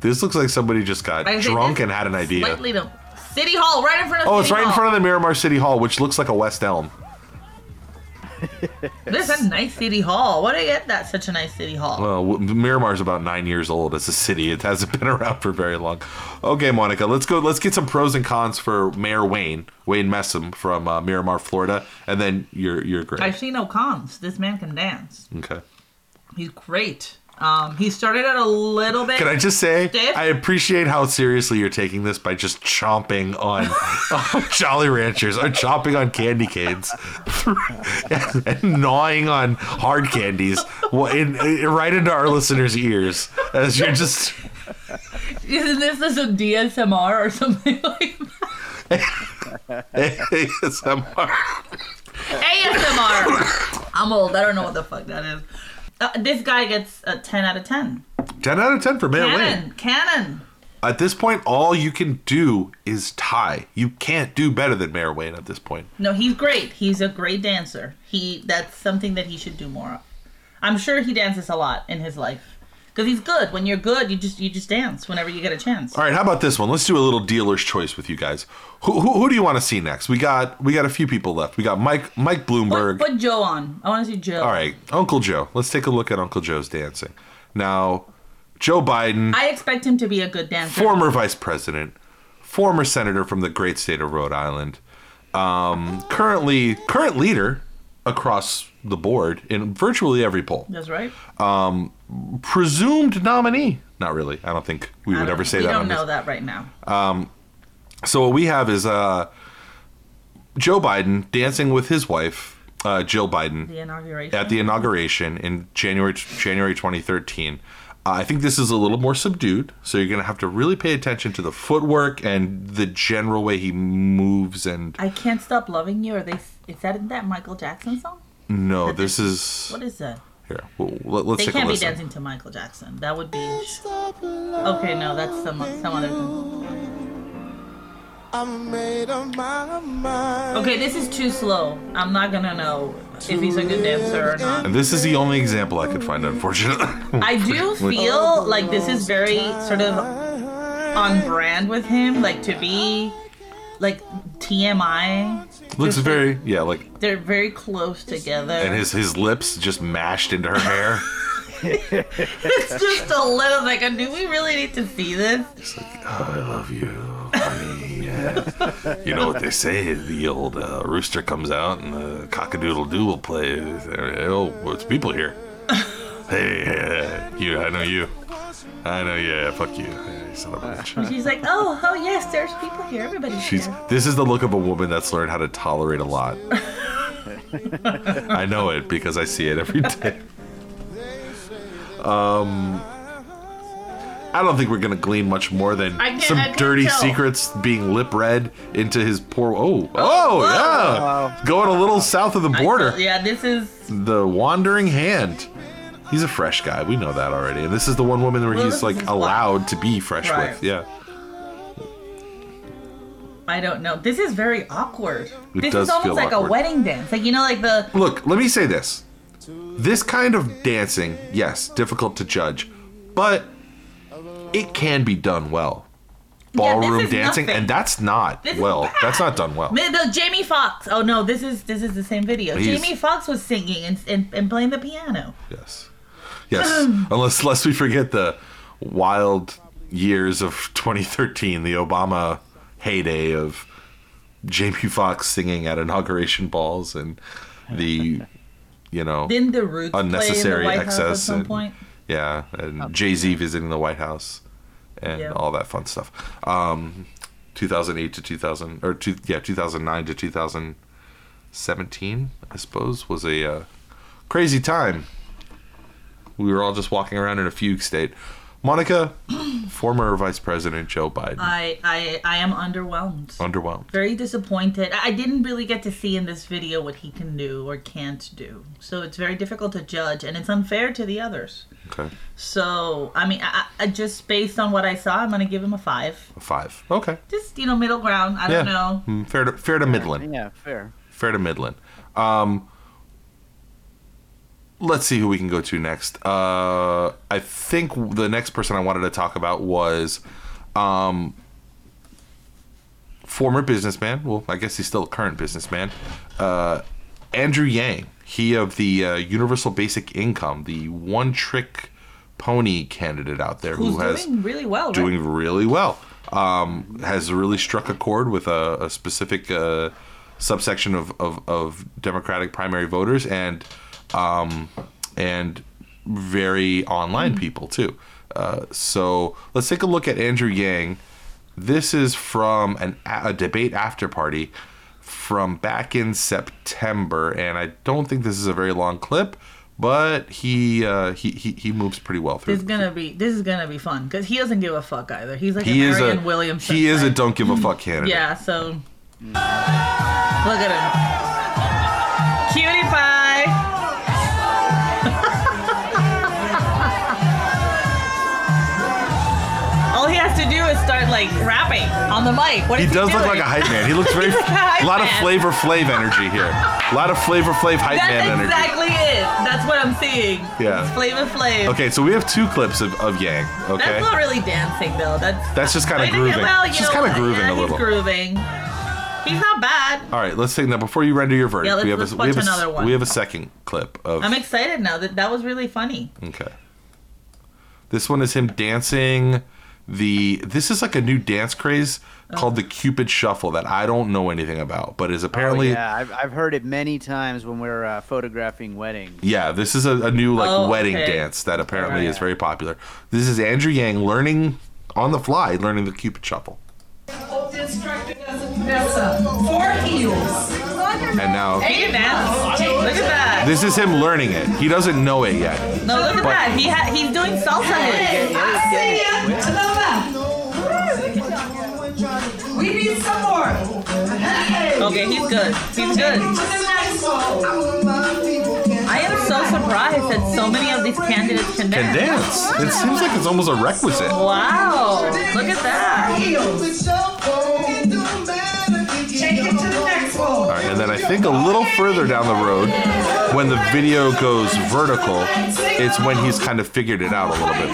S1: This looks like somebody just got
S3: I think
S1: drunk
S3: this
S1: and had an idea.
S3: Slightly to City Hall, right in front of.
S1: oh, it's right in front of the Miramar City Hall, which looks like a West Elm.
S3: of. This is a nice City Hall. Why do you get that such a nice City Hall?
S1: Well, Uh, w- Miramar's about nine years old as a city. It hasn't been around for very long. Okay, Monica, let's go. Let's get some pros and cons for Mayor Wayne Wayne Messam from uh, Miramar, Florida, and then your your grade.
S3: I see no cons. This man can dance.
S1: okay.
S3: He's great. Um, he started out a little bit.
S1: Can I just say
S3: Dave?
S1: I appreciate how seriously you're taking this by just chomping on, on Jolly Ranchers or chomping on candy canes and, gnawing on hard candies well, in, in- right into our listeners' ears as you're just
S3: Isn't this just a DSMR or something like that?
S1: ASMR.
S3: ASMR? I'm old. I don't know what the fuck that is. Uh, this guy gets a 10 out of 10.
S1: 10 out of 10 for Mayor Wayne.
S3: Cannon, cannon.
S1: At this point, all you can do is tie. You can't do better than Mayor Wayne at this point.
S3: No, he's great. He's a great dancer. He that's something that he should do more of. I'm sure he dances a lot in his life because he's good. When you're good, you just you just dance whenever you get a chance.
S1: All right, how about this one? Let's do a little dealer's choice with you guys. Who, who, who do you want to see next? We got we got a few people left. We got Mike Mike
S3: Put,
S1: Bloomberg.
S3: put Joe on. I want to see Joe.
S1: All right, Uncle Joe. Let's take a look at Uncle Joe's dancing. Now, Joe Biden,
S3: I expect him to be a good dancer.
S1: former vice president, former senator from the great state of Rhode Island, um, currently current leader across the board in virtually every poll.
S3: That's right.
S1: presumed nominee. Not really. I don't think we
S3: I
S1: would
S3: don't-
S1: ever say
S3: we
S1: that.
S3: don't
S1: on
S3: know
S1: this.
S3: that right now.
S1: So what we have is uh, Joe Biden dancing with his wife, uh, Jill Biden,
S3: the inauguration.
S1: at the inauguration in January January 2013. Uh, I think this is a little more subdued, so you're going to have to really pay attention to the footwork and the general way he moves. And
S3: I can't stop loving you. Are they? Is that in that Michael Jackson song?
S1: no, this is
S3: What is that?
S1: here. Well, let, us
S3: They
S1: take a
S3: can't be
S1: listen.
S3: dancing to Michael Jackson. That would be. Okay, no, that's some some other.
S4: I'm made of my mind.
S3: Okay, this is too slow. I'm not gonna know if he's a good dancer or not.
S1: And this is the only example I could find, unfortunately.
S3: I do feel like this is very sort of on brand with him, like to be like TMI.
S1: Looks very yeah, like
S3: They're very close together.
S1: and his his lips just mashed into her hair.
S3: it's just a little like, do we really need to see this?
S1: I love you, honey. Yeah. You know what they say? The old uh, rooster comes out and the cockadoodle doo will play. Oh, it's people here. Hey, yeah, you. I know you. I know. Yeah, fuck you. Yeah, you son of a bitch.
S3: She's like, oh, oh yes, there's people here. Everybody's
S1: She's.
S3: here.
S1: This is the look of a woman that's learned how to tolerate a lot. I know it because I see it every day. Um, I don't think we're gonna glean much more than
S3: I can't-
S1: some
S3: I can't
S1: dirty
S3: tell.
S1: secrets being lip read into his poor. Oh, oh, yeah, going a little south of the
S3: I
S1: border.
S3: feel- yeah, this is.
S1: The wandering hand. He's a fresh guy. We know that already. And this is the one woman where
S3: Well,
S1: he's
S3: this
S1: like
S3: is his
S1: allowed to be fresh
S3: Right.
S1: with. Yeah.
S3: I don't know. This is very awkward.
S1: It
S3: this
S1: does
S3: is almost
S1: feel
S3: like
S1: awkward.
S3: a wedding dance. Like you know, like the
S1: Look, let me say this. This kind of dancing, yes, difficult to judge, but it can be done well.
S3: Yeah, this
S1: Ballroom
S3: is
S1: dancing,
S3: nothing.
S1: and that's not
S3: This is
S1: well.
S3: bad.
S1: That's not done well.
S3: Maybe the Jamie Foxx. Oh no, this is this is the same video.
S1: He's-
S3: Jamie Foxx was singing and, and and playing the piano.
S1: Yes. Yes. unless unless we forget the wild years of 2013, the Obama heyday of Jamie Foxx singing at inauguration balls and the you know
S3: Didn't the Roots
S1: Unnecessary
S3: play in the White House
S1: excess
S3: at some
S1: and-
S3: point?
S1: yeah, and Jay-Z visiting the White House and
S3: Oh. Yeah.
S1: all that fun stuff. Um 2008 to 2000 or two, yeah, 2009 to 2017, I suppose was a uh, crazy time. We were all just walking around in a fugue state. Monica, former Vice President Joe Biden,
S3: I I I am underwhelmed.
S1: underwhelmed.
S3: Very disappointed. I I didn't really get to see in this video what he can do or can't do. So it's very difficult to judge, and it's unfair to the others.
S1: Okay.
S3: So I mean, I, I I just based on what I saw, I'm gonna give him a five.
S1: A 5. Okay.
S3: Just you know, middle ground. I
S1: yeah.
S3: don't know.
S1: Mm, Fair to fair to Midland.
S2: Yeah, fair. Oh,
S1: Fair to Midland. Um, let's see who we can go to next. Uh, I think the next person I wanted to talk about was um, former businessman. Well, I guess he's still a current businessman. Uh, Andrew Yang, he of the uh, Universal Basic Income, the one trick pony candidate out there
S3: Who's
S1: who has
S3: doing really well? right?
S1: doing really well. Um, has really struck a chord with a, a specific uh, subsection of, of, of Democratic primary voters and um, and very online
S3: Mm-hmm.
S1: people too. Uh, so let's take a look at Andrew Yang. This is from an, a debate after party from back in September, and I don't think this is a very long clip, but he uh, he, he he moves pretty well through.
S3: This is gonna be this is gonna be fun because he doesn't give a fuck either. He's like
S1: he
S3: an
S1: is a
S3: Arian Williamson.
S1: he is a
S3: type.
S1: don't give a fuck candidate.
S3: yeah. So look at him, cutie pie. All he has to do is start like rapping on the mic. What
S1: He
S3: is
S1: does look like
S3: doing?
S1: a hype man. He looks very
S3: He's a hype
S1: a lot of
S3: man.
S1: flavor Flav energy here. A lot of flavor Flav hype man
S3: That's
S1: energy.
S3: exactly it. That's what I'm seeing.
S1: Yeah.
S3: It's Flavor Flav.
S1: Okay, so we have two clips of, of Yang.
S3: That's
S1: Okay,
S3: not really dancing though. That's
S1: that's just kind of grooving.
S3: Well, you
S1: It's just
S3: know
S1: kind of
S3: what?
S1: grooving a
S3: yeah,
S1: little.
S3: He's grooving. He's not bad.
S1: All right, let's take now before you render your verdict.
S3: Yeah, let's-
S1: we have
S3: let's
S1: a, we
S3: watch
S1: have a s-
S3: another one.
S1: we have a second clip of
S3: I'm excited now. That that was really funny.
S1: Okay. This one is him dancing the this is like a new dance craze
S3: Oh.
S1: called the Cupid Shuffle that I don't know anything about, but is apparently
S2: Oh, yeah, I've, I've heard it many times when we're uh, photographing weddings.
S1: Yeah, this is a, a new like
S3: Oh,
S1: wedding
S3: okay.
S1: dance that apparently
S2: Alright.
S1: is very popular. This is Andrew Yang learning on the fly, learning the Cupid shuffle.
S5: The instructor does a Vanessa. Four heels.
S1: And now
S3: He can dance. Look at that.
S1: this is him learning it. He doesn't know it yet.
S3: No, look at that. He ha- he's doing salsa.
S5: Hey, I see ya. To the left. We need some more. Hey.
S3: Okay, he's good. He's good.
S5: To the next one.
S3: I am so surprised that so many of these candidates can
S1: Can
S3: dance.
S1: dance. It seems like it's almost a requisite.
S3: Wow. Look at that.
S5: Take it to the next one.
S1: Alright, and then I think a little further down the road, when the video goes vertical, it's when he's kind of figured it out a little bit.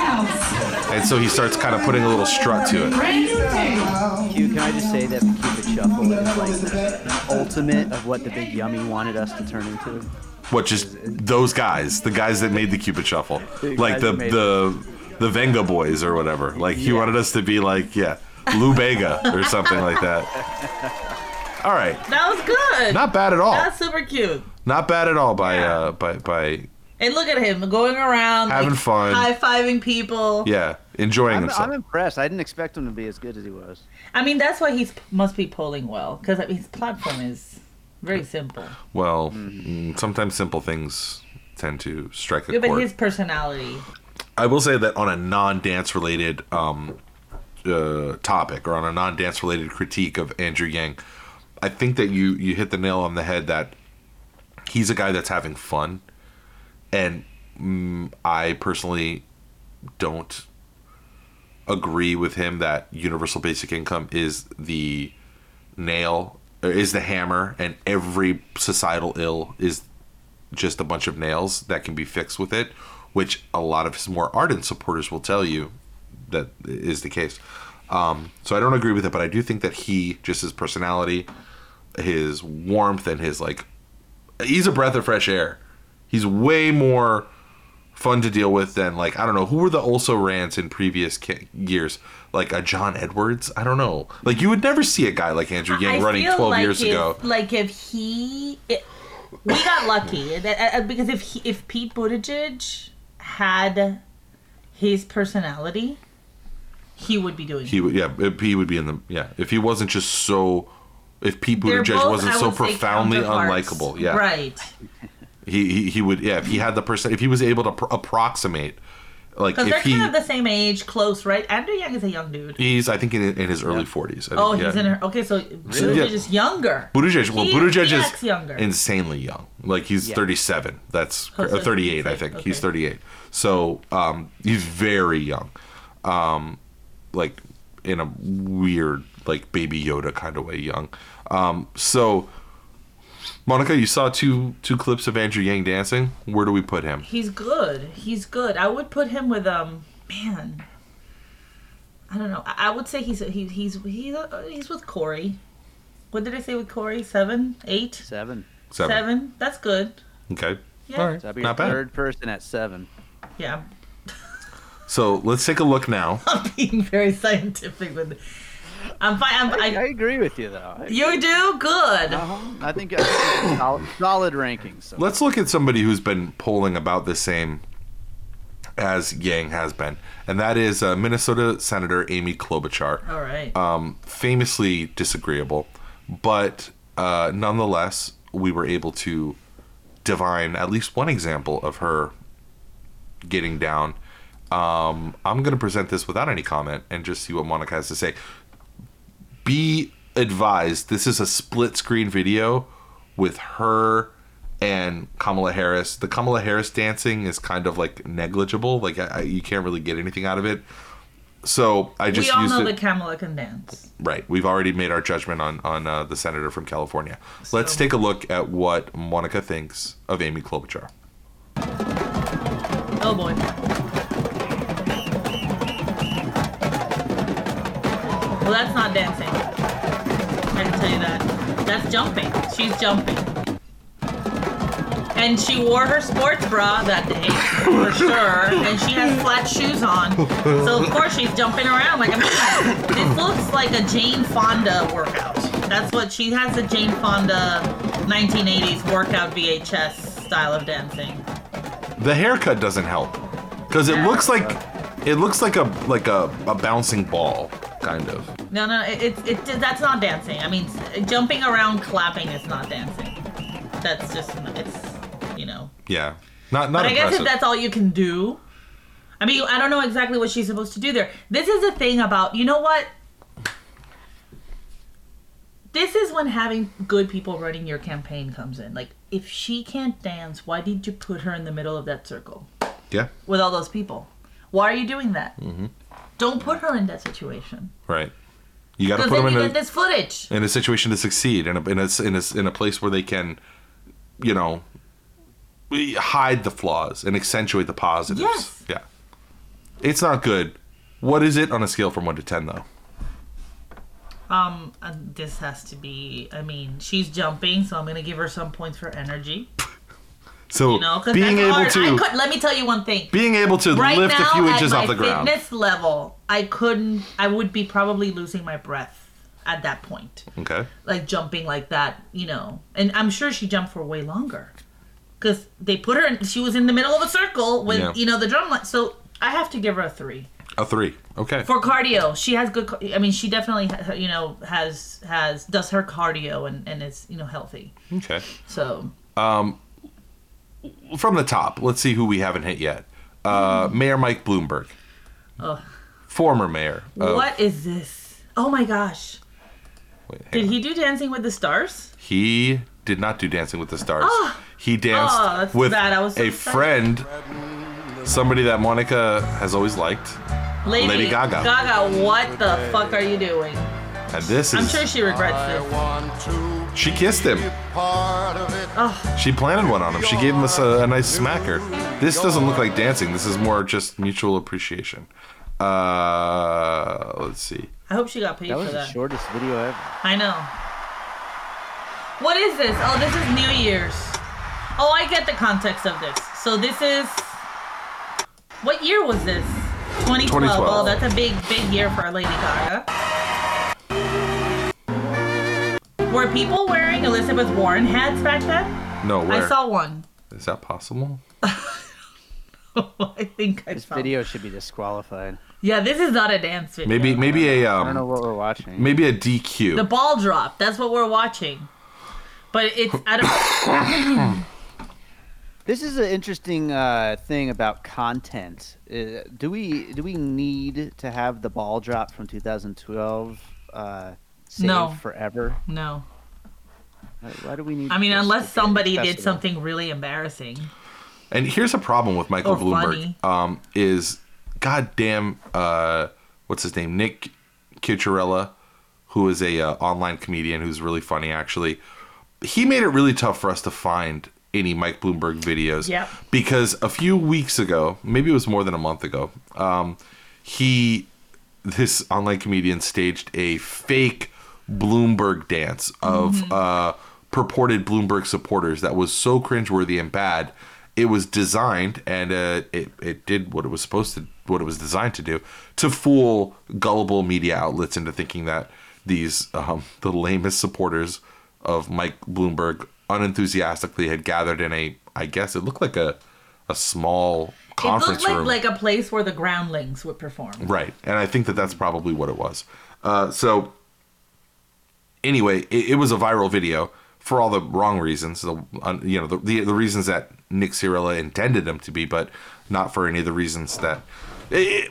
S1: And so he starts kind of putting a little strut to it.
S5: Brand new day.
S2: Q, can I just say that the Cupid Shuffle is like the ultimate of what the Big Yummy wanted us to turn into?
S1: What just those guys, the guys that made the Cupid Shuffle,
S2: The
S1: like
S2: guys
S1: the
S2: that made
S1: the the Venga boys or whatever. Like he wanted us to be like yeah, Lou Bega or something like that. All right,
S3: That was good.
S1: not bad at all.
S3: That's super cute.
S1: Not bad at all by
S3: Yeah.
S1: uh by by
S3: And look at him going around,
S1: Having
S3: like,
S1: fun.
S3: high-fiving people.
S1: yeah enjoying
S2: I'm,
S1: himself.
S2: I'm impressed. I didn't expect him to be as good as he was.
S3: I mean, that's why he's must be polling well because his platform is very simple.
S1: well,
S2: Mm-hmm.
S1: mm, sometimes simple things tend to strike a
S3: Yeah, but
S1: chord.
S3: his personality.
S1: I will say that on a non-dance related um, uh, topic or on a non-dance related critique of Andrew Yang, I think that you you hit the nail on the head that he's a guy that's having fun, and mm, I personally don't agree with him that universal basic income is the nail or is the hammer, and every societal ill is just a bunch of nails that can be fixed with it, which a lot of his more ardent supporters will tell you that is the case. Um, so I don't agree with it, but I do think that he, just his personality, his warmth, and his like, he's a breath of fresh air. He's way more fun to deal with than like I don't know who were the also rants in previous ca- years like a John Edwards I don't know like you would never see a guy like Andrew Yang
S3: I
S1: running
S3: feel
S1: 12
S3: like
S1: years
S3: if,
S1: ago
S3: Like if he, it, we got lucky that- uh, uh, because if he, if Pete Buttigieg had his personality, he would be doing.
S1: he would yeah if he would be in the yeah if he wasn't just so if Pete
S3: They're
S1: Buttigieg
S3: both,
S1: wasn't
S3: I
S1: so
S3: would say,
S1: profoundly
S3: counterparts.
S1: unlikable yeah
S3: Right.
S1: he, he he would yeah if he had the person if he was able to pr- approximate like
S3: Because they're
S1: if he
S3: kind of the same age, close, right? Andrew Young is a young dude.
S1: he's I think in, in his early 40s I think,
S3: Oh,
S1: yeah.
S3: he's in her. Okay, so Buttigieg
S1: Yeah.
S3: is younger.
S1: Buttigieg, well,
S3: He-
S1: Buttigieg
S3: he
S1: is
S3: acts younger.
S1: insanely young. Like he's 37. That's
S3: Oh, so
S1: uh, 38, I
S3: 38,
S1: think. He's 38.
S3: okay.
S1: So um, he's very young, um, like in a weird, like Baby Yoda kind of way young. Um, so, Monica, you saw two two clips of Andrew Yang dancing. Where do we put him?
S3: He's good. He's good. I would put him with um man. I don't know. I, I would say he's he, he's he's uh, he's with Corey. What did I say with Corey? Seven, eight, seven.
S2: Seven.
S1: Seven.
S3: That's good.
S1: Okay.
S3: Yeah.
S1: All right.
S2: So I'll be
S1: Not
S2: your
S1: bad.
S2: third person at seven.
S3: Yeah.
S1: So let's take a look now.
S3: I'm being very scientific with. It. I'm fine. I'm,
S2: I, I
S3: I,
S2: agree with you though. I,
S3: you do good.
S1: Uh,
S2: uh-huh. I think I think it's solid, solid rankings. So.
S1: Let's look at somebody who's been polling about the same as Yang has been, and that is uh, Minnesota Senator Amy Klobuchar.
S3: All right.
S1: Um, famously disagreeable, but uh, nonetheless, we were able to divine at least one example of her getting down. Um, I'm going to present this without any comment and just see what Monica has to say. Be advised, this is a split screen video with her and Kamala Harris. The Kamala Harris dancing is kind of like negligible; like I, I, you can't really get anything out of it. So I just
S3: we all
S1: used
S3: know
S1: it
S3: that Kamala can dance.
S1: right. We've already made our judgment on on uh, the senator from California. Let's take a look at what Monica thinks of Amy Klobuchar.
S3: Oh boy. Well, that's not dancing. I can tell you that. That's jumping. She's jumping. And she wore her sports bra that day, for sure. And she has flat shoes on. So, of course, she's jumping around like a man. This looks like a Jane Fonda workout. That's what she has a Jane Fonda 1980s workout VHS style of dancing.
S1: The haircut doesn't help because it
S3: Yeah.
S1: looks like it looks like a like a, a bouncing ball kind of.
S3: No, no, it, it, it that's not dancing. I mean, s- jumping around, clapping is not dancing. That's just n- it's you know.
S1: Yeah, not
S3: But
S1: not
S3: I guess
S1: impressive.
S3: if that's all you can do, I mean, I don't know exactly what she's supposed to do there. This is the thing about you know what. This is when having good people running your campaign comes in. Like, if she can't dance, why did you put her in the middle of that circle
S1: yeah,
S3: with all those people? Why are you doing that?
S1: Mm-hmm.
S3: Don't put her in that situation.
S1: right. You got to
S3: Because
S1: put
S3: then you
S1: them in
S3: get
S1: a
S3: this footage.
S1: in a situation to succeed in a in a in a, in a place where they can, you know, hide the flaws and accentuate the positives.
S3: Yes.
S1: Yeah. It's not good. What is it on a scale from one to ten though?
S3: Um, uh, this has to be. I mean, she's jumping, so I'm gonna give her some points for energy.
S1: So
S3: You know, 'cause
S1: being
S3: that's
S1: able
S3: hard. I
S1: to
S3: could, let me tell you one thing.
S1: being able to
S3: Right
S1: lift a
S3: now,
S1: few
S3: at
S1: inches
S3: my
S1: off the ground.
S3: fitness level, I couldn't. I would be probably losing my breath at that point,
S1: Okay.
S3: like jumping like that. You know, and I'm sure she jumped for way longer, because they put her. in She was in the middle of a circle with
S1: Yeah.
S3: you know the drum line. So I have to give her a three.
S1: A three. Okay.
S3: for cardio she has good car- i mean she definitely ha- you know has has does her cardio and and is you know healthy
S1: Okay.
S3: so
S1: From the top, let's see who we haven't hit yet. Uh, Mayor Mike Bloomberg,
S3: Hmm. ugh.
S1: former mayor. Of,
S3: what is this oh my gosh
S1: Wait, hang
S3: did
S1: on.
S3: he do dancing with the stars
S1: He did not do Dancing with the Stars. he danced
S3: Oh, Ah, that's
S1: with
S3: bad. I was so
S1: a
S3: excited.
S1: friend, somebody that Monica has always liked.
S3: lady,
S1: Lady Gaga.
S3: gaga what the fuck are you doing
S1: And this
S3: I'm
S1: is
S3: sure she regrets this.
S1: she kissed him.
S3: Oh,
S1: She planted one on him. She gave him a, a nice smacker. This doesn't look like dancing. This is more just mutual appreciation. Uh, let's see.
S3: I hope she got paid
S2: That
S3: for
S2: was the
S3: that.
S2: shortest video ever.
S3: I know. What is this? Oh, this is New Year's. Oh, I get the context of this. So this is. What year was this? 2012.
S1: 2012.
S3: Oh, that's a big, big year for Lady Gaga. Were people wearing Elizabeth Warren hats back then?
S1: No, where
S3: I saw one.
S1: is that possible?
S3: I think I
S2: This
S3: saw.
S2: video should be disqualified.
S3: Yeah, this is not a dance video.
S1: Maybe maybe a
S2: I don't know
S1: um
S2: what we're watching.
S1: maybe a DQ.
S3: the ball drop. That's what we're watching. But it's I don't.
S2: This is an interesting uh, thing about content. Uh, do we do we need to have the ball drop from 2012 uh, saved
S3: No.
S2: forever?
S3: no.
S2: Why- Why do we need?
S3: I mean,
S2: this
S3: unless
S2: to be a
S3: somebody did
S2: festival?
S3: something really embarrassing.
S1: And here's a problem with Michael
S3: Or
S1: Bloomberg.
S3: Oh, funny.
S1: Um, is goddamn uh, what's his name? Nick Cucurella, who is a uh, online comedian who's really funny actually. He made it really tough for us to find any Mike Bloomberg videos.
S3: Yep.
S1: Because a few weeks ago, maybe it was more than a month ago, um, he this online comedian staged a fake Bloomberg dance of
S3: Mm-hmm.
S1: uh, purported Bloomberg supporters that was so cringeworthy and bad. It was designed and uh, it, it did what it was supposed to, what it was designed to do, to fool gullible media outlets into thinking that these, um, the lamest supporters of Mike Bloomberg unenthusiastically had gathered in a, I guess it looked like a, a small conference
S3: it looked
S1: room.
S3: like like a place where the groundlings would perform.
S1: Right. And I think that that's probably what it was. Uh, so, anyway, it, it was a viral video for all the wrong reasons. The un, you know the, the the reasons that Nick Cirilla intended them to be, but not for any of the reasons that. It, it-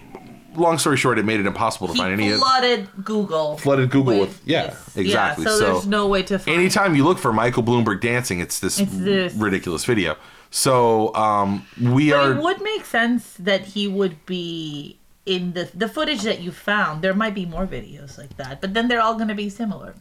S1: long story short, it made it impossible to
S3: He
S1: find any. of-
S3: flooded Google.
S1: Flooded Google with- yeah,
S3: this.
S1: exactly.
S3: Yeah, so,
S1: So
S3: there's no way to find.
S1: Anytime you look for Michael Bloomberg dancing, it's this,
S3: It's this.
S1: ridiculous video. So um, we
S3: But
S1: are.
S3: it would make sense that he would be in the the footage that you found. There might be more videos like that, but then they're all going to be similar.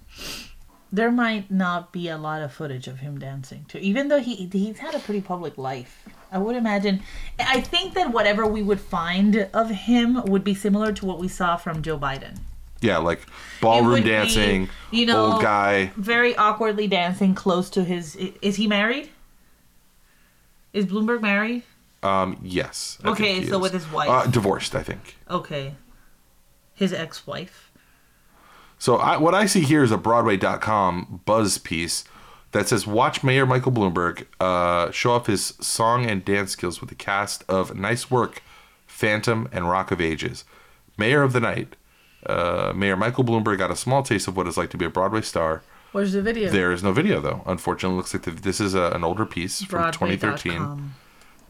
S3: There might not be a lot of footage of him dancing too, even though he he's had a pretty public life. I would imagine. I think that whatever we would find of him would be similar to what we saw from Joe Biden.
S1: yeah, like
S3: It
S1: ballroom
S3: would be,
S1: dancing,
S3: you know,
S1: old guy.
S3: very awkwardly dancing close to his. i- Is he married? Is Bloomberg married?
S1: Um, yes. I
S3: Okay,
S1: think he
S3: so
S1: is.
S3: with his wife.
S1: uh, divorced, I think.
S3: Okay. His ex-wife.
S1: So I, what I see here is a Broadway.com buzz piece that says, "Watch Mayor Michael Bloomberg uh, show off his song and dance skills with the cast of Nice Work, Phantom, and Rock of Ages." Mayor of the night, uh, Mayor Michael Bloomberg got a small taste of what it's like to be a Broadway star.
S3: Where's the video?
S1: There is no video though. Unfortunately, it looks like the, this is a, an older piece from
S3: Broadway
S1: 2013.
S3: dot com.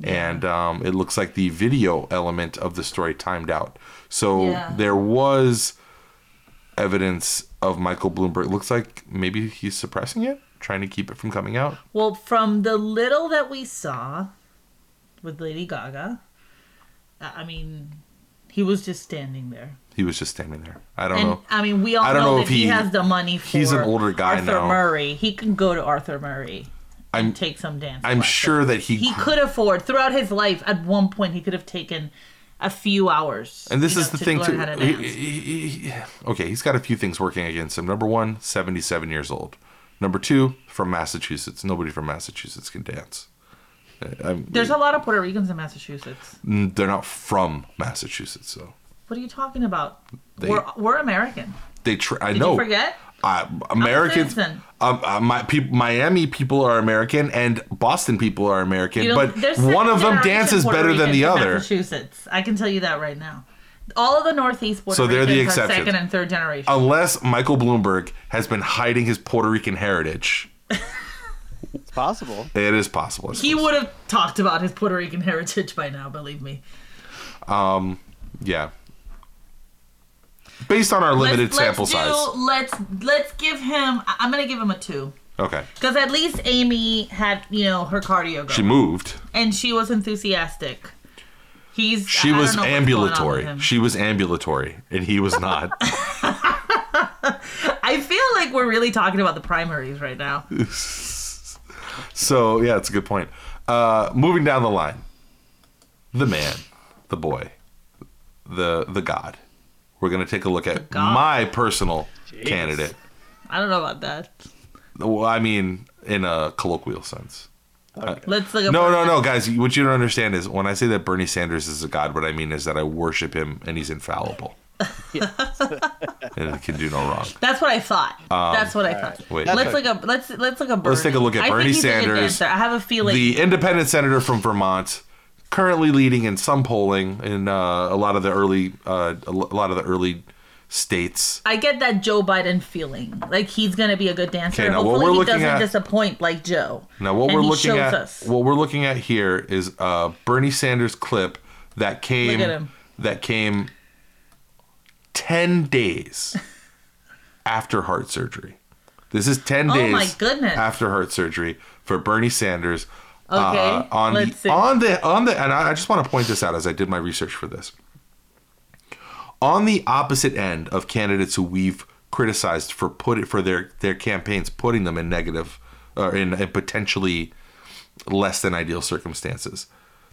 S1: and um, it looks like the video element of the story timed out. So
S3: Yeah.
S1: there was evidence of Michael Bloomberg. Looks like maybe he's suppressing it, trying to keep it from coming out.
S3: Well, from the little that we saw with Lady Gaga, I I mean, he was just standing there.
S1: He was just standing there. I don't
S3: And
S1: know.
S3: I mean, we all
S1: I
S3: know,
S1: don't know
S3: that
S1: if
S3: he,
S1: he-
S3: has the money for
S1: he's an older guy
S3: Arthur
S1: now.
S3: Murray. He can go to Arthur Murray and
S1: I'm-
S3: take some dance.
S1: I'm
S3: lessons.
S1: sure that he.
S3: he could afford throughout his life. At one point, he could have taken a few hours.
S1: and this
S3: you
S1: is
S3: know,
S1: the
S3: to
S1: thing
S3: learn
S1: too.
S3: how to
S1: he-
S3: dance.
S1: he- he- okay, he's got a few things working against him. Number one, 77 years old. Number two, from Massachusetts. Nobody from Massachusetts can dance. Uh, I'm-
S3: There's a lot of Puerto Ricans in Massachusetts.
S1: they're not from Massachusetts, so
S3: What are you talking about?
S1: They-
S3: we're, we're American.
S1: they. Tr- I
S3: Did
S1: know.
S3: you forget?
S1: I, Uh, Americans,
S3: citizen.
S1: um, uh, my peop Miami people are American, and Boston people are American.
S3: You know,
S1: but
S3: there's
S1: one of them
S3: second-generation
S1: dances
S3: Puerto
S1: better than
S3: Ricans
S1: the
S3: in
S1: other.
S3: Massachusetts. I can tell you that right now. All of the Northeast Puerto
S1: So they're the
S3: Ricans are
S1: exceptions. Oh.
S3: second and third generation.
S1: Unless Michael Bloomberg has been hiding his Puerto Rican heritage,
S2: It's possible.
S1: it is possible. I
S3: he
S1: suppose.
S3: would have talked about his Puerto Rican heritage by now, believe me.
S1: yeah. Based on our limited sample
S3: let's
S1: size.
S3: Do, let's let's give him. I- I'm gonna give him a two
S1: Okay,
S3: because at least Amy had you know her cardio
S1: she
S3: going,
S1: moved.
S3: and she was enthusiastic. He's
S1: She
S3: I
S1: was
S3: don't know what's going on with
S1: ambulatory.
S3: him.
S1: She was ambulatory, and he was not.
S3: like we're really talking about the primaries right now.
S1: So yeah, it's a good point. Uh, moving down the line, the man, the boy, the the god. We're gonna take a look at
S3: god.
S1: my personal candidate.
S3: I don't know about that.
S1: Well, I mean, in a colloquial sense.
S3: Let's look. Up
S1: No, no, no, guys. What you don't understand is when I say that Bernie Sanders is a god, what I mean is that I worship him and he's infallible. and it can do no wrong.
S3: That's what I thought. That's what I thought.
S1: Um, Wait.
S3: let's
S1: Okay.
S3: look up. Let's let's look up. Bernie.
S1: Let's take a look at
S3: I think
S1: Bernie
S3: he's a good
S1: Sanders,
S3: dancer. I have a feeling.
S1: the independent senator from Vermont, currently leading in some polling in uh, a lot of the early uh, a lo- a lot of the early states.
S3: I get that Joe Biden feeling like he's gonna be a good dancer.
S1: Okay, now what
S3: Hopefully
S1: we're
S3: he
S1: looking
S3: doesn't
S1: at-
S3: disappoint like Joe.
S1: Now, what
S3: And
S1: we're
S3: he
S1: looking
S3: shows
S1: at
S3: us.
S1: what we're looking at here is uh, Bernie Sanders clip that
S3: Look at him.
S1: came that came ten days after heart surgery. This is ten
S3: Oh
S1: days
S3: my goodness.
S1: after heart surgery for Bernie Sanders.
S3: Okay,
S1: Uh, on the
S3: let's see.
S1: on the on the and I, I just want to point this out as I did my research for this. On the opposite end of candidates who we've criticized for put it for their their campaigns putting them in negative or in, in potentially less than ideal circumstances.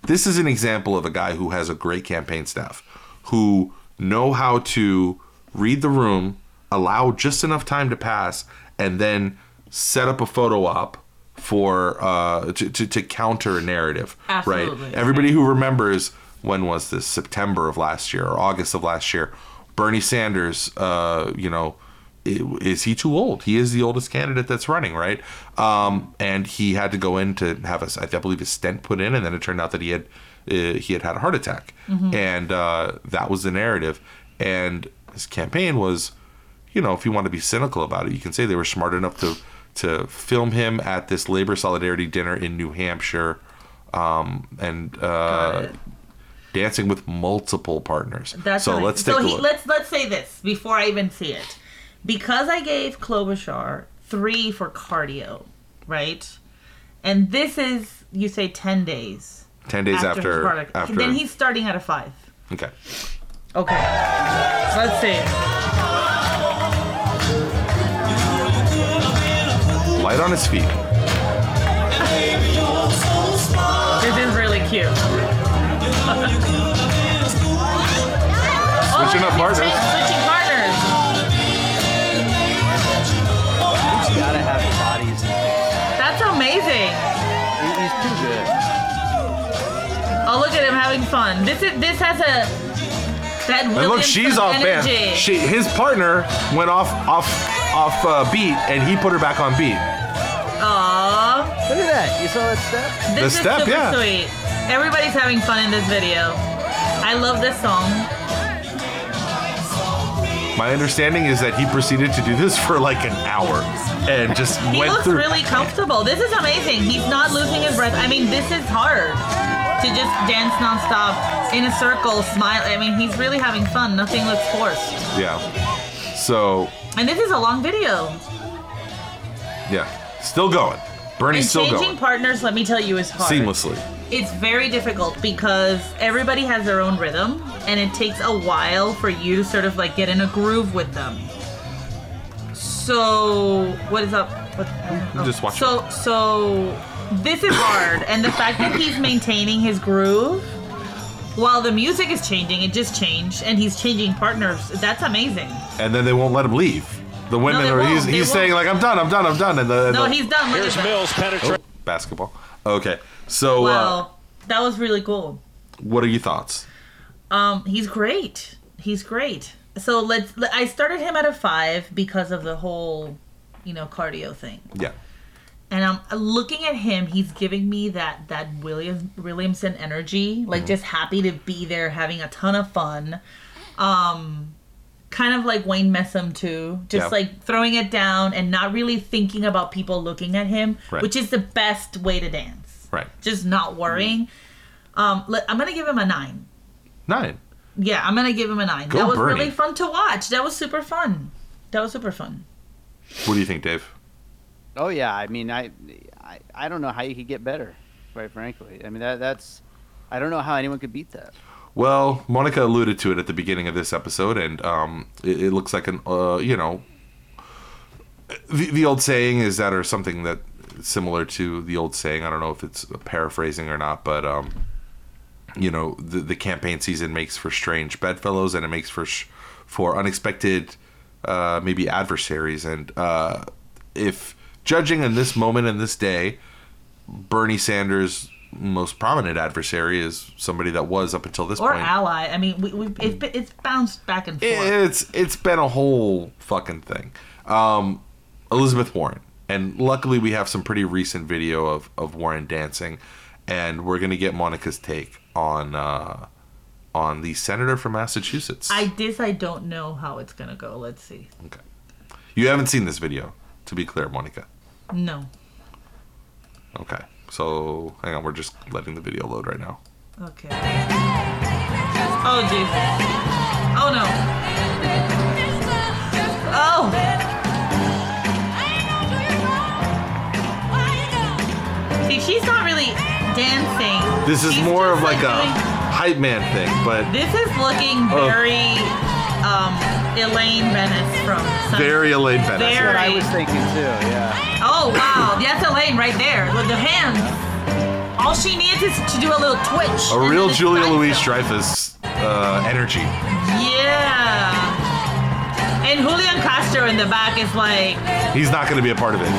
S1: This is an example of a guy who has a great campaign staff who know how to read the room, allow just enough time to pass, and then set up a photo op for uh, to, to, to counter a narrative.
S3: Absolutely.
S1: Right? Everybody who remembers when was this September of last year or August of last year, Bernie Sanders, uh, you know, i- is he too old? He is the oldest candidate that's running, right? Um, and he had to go in to have a, s- I believe, a stent put in, and then it turned out that he had uh, he had had a heart attack, and uh, that was the narrative. And his campaign was, you know, if you want to be cynical about it, you can say they were smart enough to to film him at this labor solidarity dinner in New Hampshire, um, and uh, dancing with multiple partners.
S3: That's
S1: so
S3: what I-
S1: let's take
S3: so
S1: a
S3: he,
S1: look.
S3: let's let's say this before I even see it, because I gave Klobuchar three for cardio, right? And this is you say ten days
S1: Ten days
S3: his
S1: after
S3: heart attack.
S1: after,
S3: Then he's starting at a five.
S1: okay.
S3: Okay, let's see.
S1: Light on his feet.
S3: This is really cute.
S1: Switching up partners.
S3: Oh, Switching partners.
S2: He's gotta have bodies.
S3: That's amazing.
S2: He- He's too good.
S3: Oh, look at him having fun. This is this has a that
S1: And look,
S3: Williamson
S1: she's off
S3: energy.
S1: band. She, his partner went off off off uh, beat, and he put her back on beat.
S3: Aw,
S2: Look at that. You saw that step?
S3: this
S1: The
S3: is
S1: step,
S3: super
S1: yeah.
S3: sweet. Everybody's having fun in this video. I love this song.
S1: My understanding is that he proceeded to do this for like an hour, and just
S3: He
S1: went
S3: looks
S1: through.
S3: really comfortable. This is amazing. He's not losing his breath. I mean, this is hard to just dance nonstop in a circle, smile. I mean, he's really having fun. Nothing looks forced.
S1: yeah. So
S3: And this is a long video.
S1: yeah, still going. Bernie's
S3: And
S1: still
S3: changing
S1: going
S3: partners, let me tell you, is hard.
S1: seamlessly.
S3: It's very difficult because everybody has their own rhythm, and it takes a while for you to sort of like get in a groove with them. So what is up? What, oh.
S1: just watch
S3: So so this is hard, and the fact that he's maintaining his groove while the music is changing, it just changed, and he's changing partners. That's amazing.
S1: And then they won't let him leave. The women
S3: they
S1: are.
S3: won't.
S1: He's,
S3: They
S1: he's
S3: won't.
S1: saying like, I'm done. I'm done. I'm done. And the, and
S3: No,
S1: the-
S3: he's done. Look at that.
S1: oh, basketball. Okay. So uh,
S3: Wow, that was really cool.
S1: what are your thoughts?
S3: Um, he's great. He's great. So let's. let- I started him at a five because of the whole, you know, cardio thing.
S1: Yeah.
S3: And I'm looking at him. He's giving me that that William Williamson energy,
S1: Mm-hmm.
S3: like just happy to be there, having a ton of fun. Um, kind of like Wayne Messam too, just
S1: Yeah.
S3: like throwing it down and not really thinking about people looking at him,
S1: Right.
S3: which is the best way to dance.
S1: Right.
S3: Just not worrying.
S1: Mm-hmm.
S3: Um, let, I'm gonna give him a nine.
S1: Nine.
S3: Yeah, I'm gonna give him a nine.
S1: Go
S3: that was
S1: Bernie.
S3: really fun to watch. That was super fun. That was super fun.
S1: What do you think, Dave?
S2: Oh yeah. I mean, I, I, I don't know how you could get better. Quite frankly, I mean that that's. I don't know how anyone could beat that.
S1: Well, Monica alluded to it at the beginning of this episode, and um, it, it looks like an uh, you know the, the old saying is that or something that similar to the old saying i don't know if it's paraphrasing or not but um you know the, the campaign season makes for strange bedfellows and it makes for sh- for unexpected uh maybe adversaries and uh if judging in this moment and this day bernie sanders most prominent adversary is somebody that was up until this
S3: or
S1: point
S3: ally. I mean, we, we it's been- it's bounced back and forth.
S1: it's it's been a whole fucking thing. Um, Elizabeth Warren, and luckily we have some pretty recent video of of Warren dancing, and we're gonna get Monica's take on uh, on the senator from Massachusetts.
S3: I this I don't know how it's gonna go. Let's see.
S1: okay. You haven't seen this video, to be clear, Monica.
S3: No.
S1: Okay, so hang on, we're just letting the video load right now.
S3: Okay. Oh jeez. Oh no. Oh, see, she's not really dancing.
S1: This is
S3: She's
S1: more
S3: just,
S1: of like a
S3: doing-
S1: hype man thing, but
S3: This is looking
S1: Oh.
S3: very um Elaine Bennett from. Sun-
S1: very Elaine Bennett.
S3: Very-
S2: What I was thinking too. Yeah.
S3: Oh wow, that's Elaine right there with the hands. All she needs is to do a little twitch.
S1: A real Julia Louis
S3: Dreyfus.
S1: Dreyfus uh, energy.
S3: Yeah. And Julian Castro in the back is like,
S1: He's not going to be a part of it.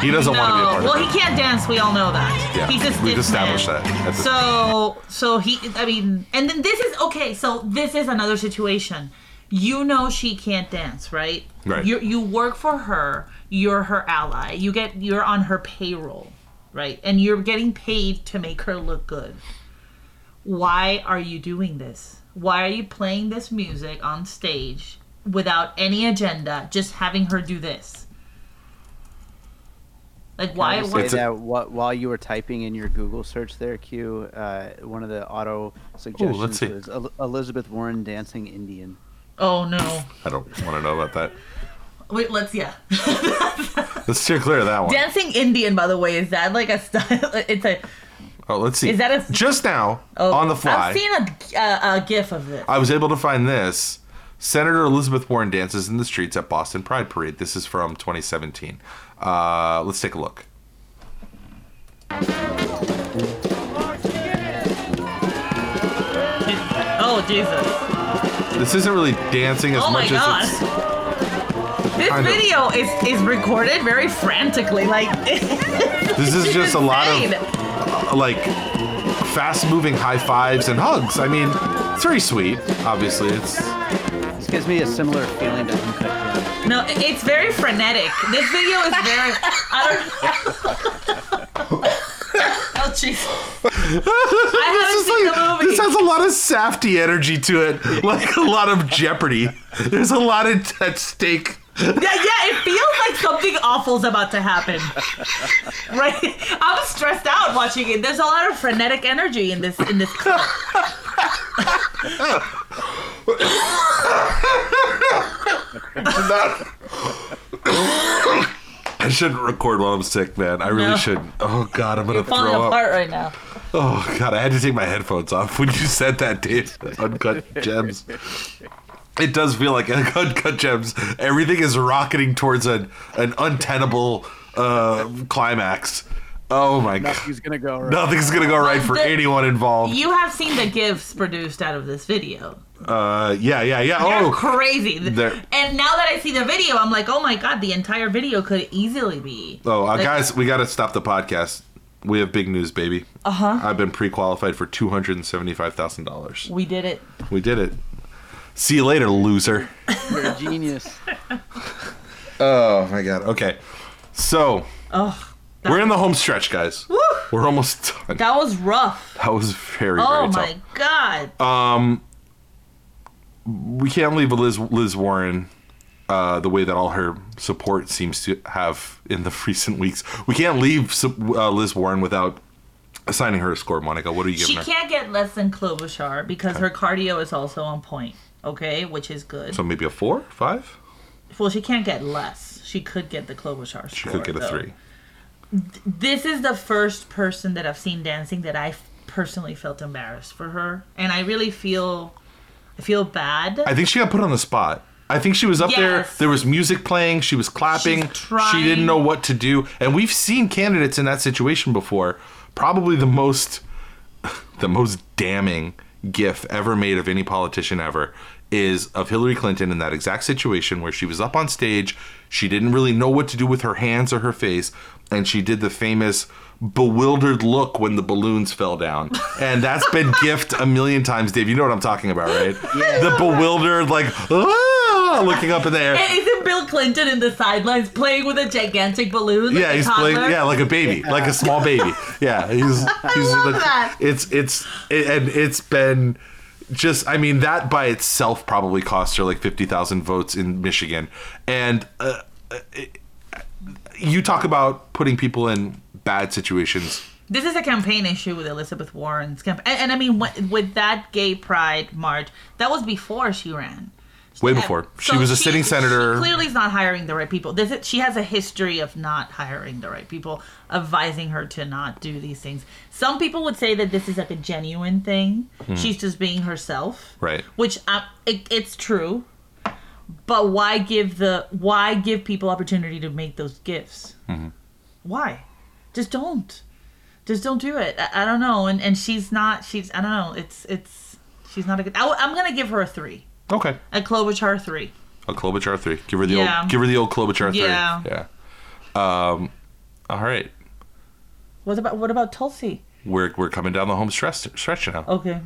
S1: He doesn't want to be a
S3: no.
S1: part
S3: Well,
S1: of it.
S3: he can't dance. We all know that.
S1: Yeah,
S3: He's a stiff
S1: we've established
S3: man.
S1: that at this
S3: So, so he. I mean, and then this is okay. So this is another situation. You know she can't dance, right?
S1: Right.
S3: You you work for her. You're her ally. You get you're on her payroll, right? And you're getting paid to make her look good. Why are you doing this? Why are you playing this music on stage without any agenda? Just having her do this. Like why?
S2: I would
S3: why-
S2: say
S1: It's a-
S2: that wha- while you were typing in your Google search there, Q, uh, one of the auto suggestions
S1: see.
S2: was El- Elizabeth Warren dancing Indian.
S3: Oh no.
S1: I don't want to know about that.
S3: Wait, let's yeah.
S1: Let's steer clear of that one.
S3: Dancing Indian, by the way, is that like a style? It's a.
S1: Oh, let's see.
S3: Is that a-
S1: just now
S3: oh,
S1: on the fly?
S3: I've seen a, a, a gif of it.
S1: I was able to find this. Senator Elizabeth Warren dances in the streets at Boston Pride Parade. This is from 2017. Uh, let's take a look.
S3: Oh Jesus!
S1: This isn't really dancing as
S3: Oh my
S1: much
S3: God!
S1: as it's.
S3: This
S1: kind of-
S3: video is is recorded very frantically, like.
S1: This is just a lot of
S3: insane.
S1: uh, like fast moving high fives and hugs. I mean, it's very sweet. Obviously, it's
S2: This gives me a similar feeling to Uncut Gems.
S3: No, it's very frenetic. This video is very. I don't. oh jeez! I
S1: This
S3: haven't
S1: is
S3: seen
S1: like-
S3: the movie.
S1: This has a lot of safety energy to it, like a lot of jeopardy. There's a lot at at stake.
S3: Yeah, yeah, it feels like something awful's about to happen. right? I'm stressed out watching it. There's a lot of frenetic energy in this in this clip.
S1: I shouldn't record while I'm sick, man. I really
S3: No.
S1: shouldn't. Oh god, I'm gonna
S3: falling
S1: throw up.
S3: apart right now.
S1: Oh god, I had to take my headphones off when you said that, dude. Uncut gems. It does feel like uncut gems. Everything is rocketing towards an an untenable uh, climax. Oh my god.
S2: He's gonna go. Right.
S1: Nothing's gonna go right for
S3: the-
S1: anyone involved.
S3: You have seen the gifs produced out of this video.
S1: Uh, yeah, yeah, yeah.
S3: They're
S1: Oh,
S3: crazy.
S1: They're-
S3: And now that I see the video, I'm like, oh my god, the entire video could easily be.
S1: oh, uh,
S3: Like-
S1: guys, we gotta stop the podcast. We have big news, baby. Uh
S3: Uh-huh.
S1: huh. I've been pre-qualified for two hundred and seventy-five thousand dollars.
S3: We did it.
S1: We did it. See you later, loser.
S2: You're a genius.
S1: Oh my god. Okay, so
S3: Oh,
S1: we're in the home stretch, guys.
S3: Woo!
S1: We're almost done.
S3: that was rough.
S1: That was very, very
S3: Oh
S1: tough. Oh,
S3: my god.
S1: we can't leave Liz Liz Warren uh, the way that all her support seems to have in the recent weeks. We can't leave sup- uh, Liz Warren without assigning her a score. Monica, what are you giving
S3: She
S1: her?
S3: can't get less than Klobuchar because her cardio is also on point, okay, which is good.
S1: So maybe a four, five.
S3: well, she can't get less. She could get the Klobuchar.
S1: She could get a three.
S3: This is the first person that I've seen dancing that I f- personally felt embarrassed for her, and I really feel, I feel bad.
S1: I think she got put on the spot. I think she was up there.
S3: Yes.
S1: There was music playing. She was clapping.
S3: She's trying.
S1: She didn't know what to do. And we've seen candidates in that situation before. Probably the most, the most damning gif ever made of any politician ever is of Hillary Clinton in that exact situation where she was up on stage. She didn't really know what to do with her hands or her face, and she did the famous bewildered look when the balloons fell down. And that's been gift a million times, Dave. You know what I'm talking about, right? The bewildered, like. "Ah," looking up in the air.
S3: And isn't Bill Clinton in the sidelines playing with a gigantic balloon? like
S1: Yeah,
S3: a
S1: he's playing.
S3: toddler?
S1: Yeah, like a baby, like a small baby. Yeah, he's. he's
S3: love
S1: like-
S3: that.
S1: It's it's it, and it's been just. I mean, that by itself probably cost her like fifty thousand votes in Michigan, and uh, it- you talk about putting people in bad situations.
S3: This is a campaign issue with Elizabeth Warren's campaign, and, and I mean, with, with that Gay Pride march, that was before she ran.
S1: Way before she
S3: So
S1: was a sitting senator.
S3: She clearly, is not hiring the right people. This is, she has a history of not hiring the right people, advising her to not do these things. Some people would say that this is like a genuine thing. She's just being herself,
S1: Hmm. Right.
S3: Which I, it, it's true, but why give the why give people opportunity to make those gifts?
S1: Mm-hmm.
S3: Why? Just don't. Just don't do it. I, I don't know. And and she's not. She's I don't know. It's it's she's not a good. I, am gonna give her a three.
S1: Okay,
S3: A Klobuchar three.
S1: a Klobuchar three. Give her the
S3: Yeah.
S1: old. Give her the old Klobuchar three.
S3: Yeah.
S1: Yeah. Um. All right,
S3: What about what about Tulsi?
S1: we're we're coming down the home stretch stretch now.
S3: Okay.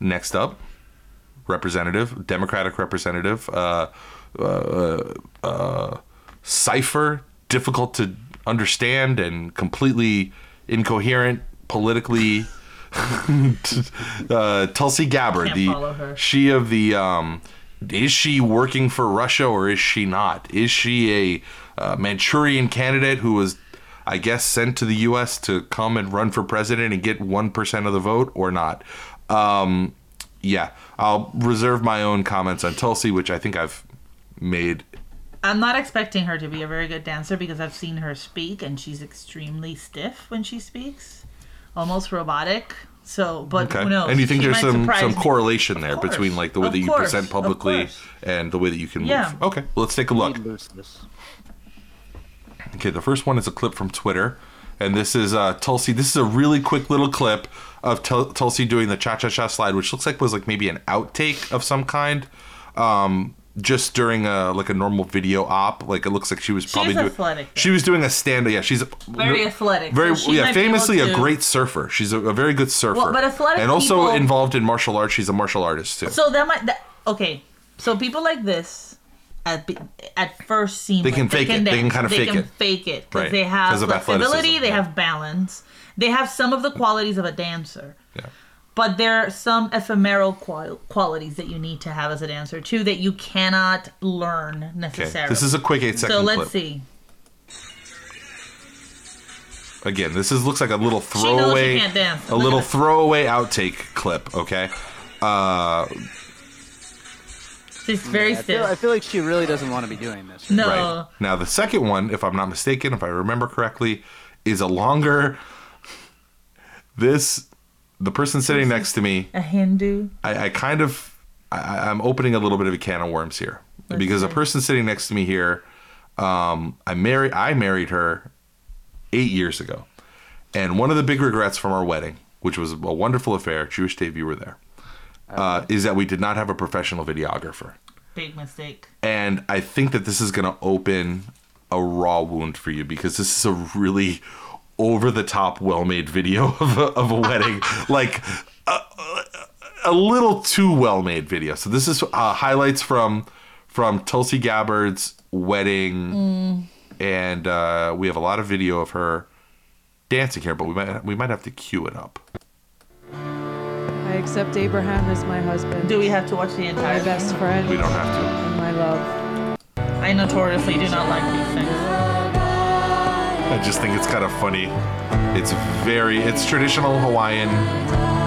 S1: Next up, Representative, Democratic Representative, uh, uh, uh, cipher, difficult to understand and completely incoherent politically. uh, Tulsi Gabbard,
S3: Can't follow her.
S1: the she of the um, is she working for Russia or is she not? Is she a uh, Manchurian candidate who was, I guess, sent to the U.S. to come and run for president and get one percent of the vote or not? Um, yeah, I'll reserve my own comments on Tulsi, which I think I've made.
S3: I'm not expecting her to be a very good dancer because I've seen her speak and she's extremely stiff when she speaks, almost robotic. So, but
S1: Okay.
S3: who knows?
S1: and you think
S3: She
S1: there's
S3: might
S1: some
S3: surprise
S1: some
S3: me.
S1: correlation there
S3: course.
S1: between like the way
S3: Of
S1: that you
S3: course.
S1: present
S3: Of
S1: publicly
S3: course.
S1: and the way that you can
S3: Yeah.
S1: move. Okay, well, let's take a look.
S2: We lose this.
S1: Okay, the first one is a clip from Twitter, and this is uh, Tulsi. This is a really quick little clip of Tul- Tulsi doing the cha-cha-cha slide, which looks like was like maybe an outtake of some kind, um, just during a like a normal video op. Like it looks like she was probably doing.
S3: athletic, though.
S1: She was doing a stand. Yeah, she's
S3: Very athletic, so
S1: Very
S3: she
S1: yeah,
S3: might be able
S1: famously a
S3: to-
S1: great surfer. She's a, a very good surfer.
S3: but athletic
S1: and also
S3: people-
S1: involved in martial arts. She's a martial artist too.
S3: So that might that, okay. So people like this at be- at first seem
S1: They
S3: like
S1: can fake it. They
S3: dance.
S1: can kinda fake
S3: they can
S1: it.
S3: fake it because
S1: Right.
S3: they have
S1: 'Cause of
S3: flexibility,
S1: athleticism,
S3: they
S1: yeah.
S3: have balance, they have some of the qualities of a dancer.
S1: yeah.
S3: But there are some ephemeral qual- qualities that you need to have as a dancer too that you cannot learn necessarily.
S1: Okay. This is a quick eight second
S3: so let's
S1: clip.
S3: see.
S1: Again, this is looks like a little
S3: knows she
S1: throwaway,
S3: can't dance.
S1: a
S3: Look
S1: little
S3: at her.
S1: throwaway outtake clip. Okay, uh,
S3: She's very
S2: I
S3: stiff.
S2: feel, I feel like she really doesn't want to be doing this.
S3: no.
S1: right now the second one, if I'm not mistaken, if I remember correctly, is a longer. This, the person sitting next to me,
S3: A Hindu.
S1: I, I kind of, I- I, I'm opening a little bit of a can of worms here because the
S3: see.
S1: person sitting next to me here, um, I married, I married her eight years ago, and one of the big regrets from our wedding, which was a wonderful affair, Jewish Dave, you were there, uh, is that we did not have a professional videographer.
S3: Big mistake.
S1: And I think that this is going to open a raw wound for you because this is a really over the top, well made video of a, of a wedding. like, a, a little too well made video. So, this is uh, highlights from from Tulsi Gabbard's wedding. And uh, we have a lot of video of her dancing here, but we might we might have to cue it up.
S6: I accept Abraham as my husband,
S3: Do we have to watch the
S6: my
S3: entire?
S6: best
S3: thing?
S6: friend,
S1: We don't have
S6: and my love.
S3: I notoriously do not like these things.
S1: to. I just think it's kind of funny. It's very it's traditional Hawaiian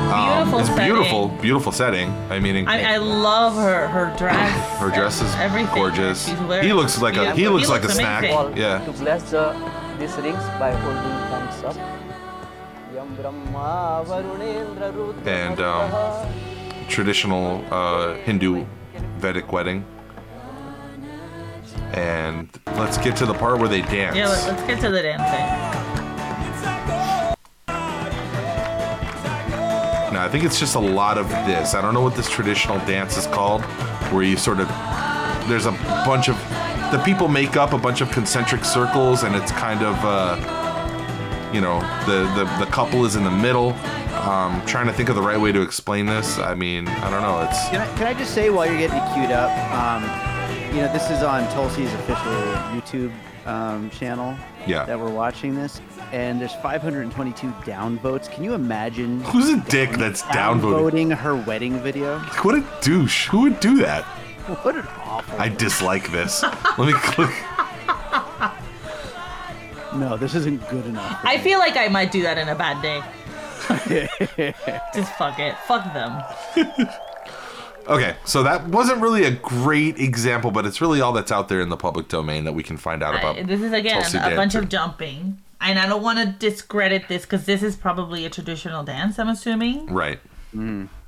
S1: um,
S3: Beautiful.
S1: it's
S3: setting.
S1: beautiful, beautiful setting. I mean, in-
S3: I, I love her her dress.
S1: her dress is
S3: everything
S1: gorgeous.
S3: she's wearing.
S1: He looks like a
S3: Yeah,
S1: he
S3: he
S1: looks like
S3: looks
S1: a snack.
S3: amazing.
S1: Yeah,
S7: to bless the, these rings by holding thumbs up. Yam Brahma Varunendra Rudra
S1: and um, traditional uh, Hindu Vedic wedding. and let's get to the part where they dance.
S3: Yeah, let, let's get to the dancing.
S1: Now, I think it's just a lot of this. I don't know what this traditional dance is called, where you sort of there's a bunch of the people make up a bunch of concentric circles, and it's kind of uh, you know the, the the couple is in the middle. Um, trying to think of the right way to explain this. I mean, I don't know. It's
S2: Can I, can I just say while you're getting it queued up, um, you know, this is on Tulsi's official YouTube um, channel
S1: Yeah.
S2: that we're watching this, and there's 522 downvotes. Can you imagine
S1: who's a dick that's downvoted?
S2: downvoting her wedding video?
S1: What a douche! Who would do that?
S2: What an awful.
S1: I dislike this. Let me click.
S2: No, this isn't good enough.
S3: I feel like I might do that in a bad day. Just fuck it. Fuck them.
S1: Okay, so that wasn't really a great example, but it's really all that's out there in the public domain that we can find out
S3: I-
S1: about.
S3: this is again
S1: Tulsi
S3: a bunch
S1: dancing.
S3: of jumping, and I don't want to discredit this because this is probably a traditional dance. I'm assuming,
S1: Right.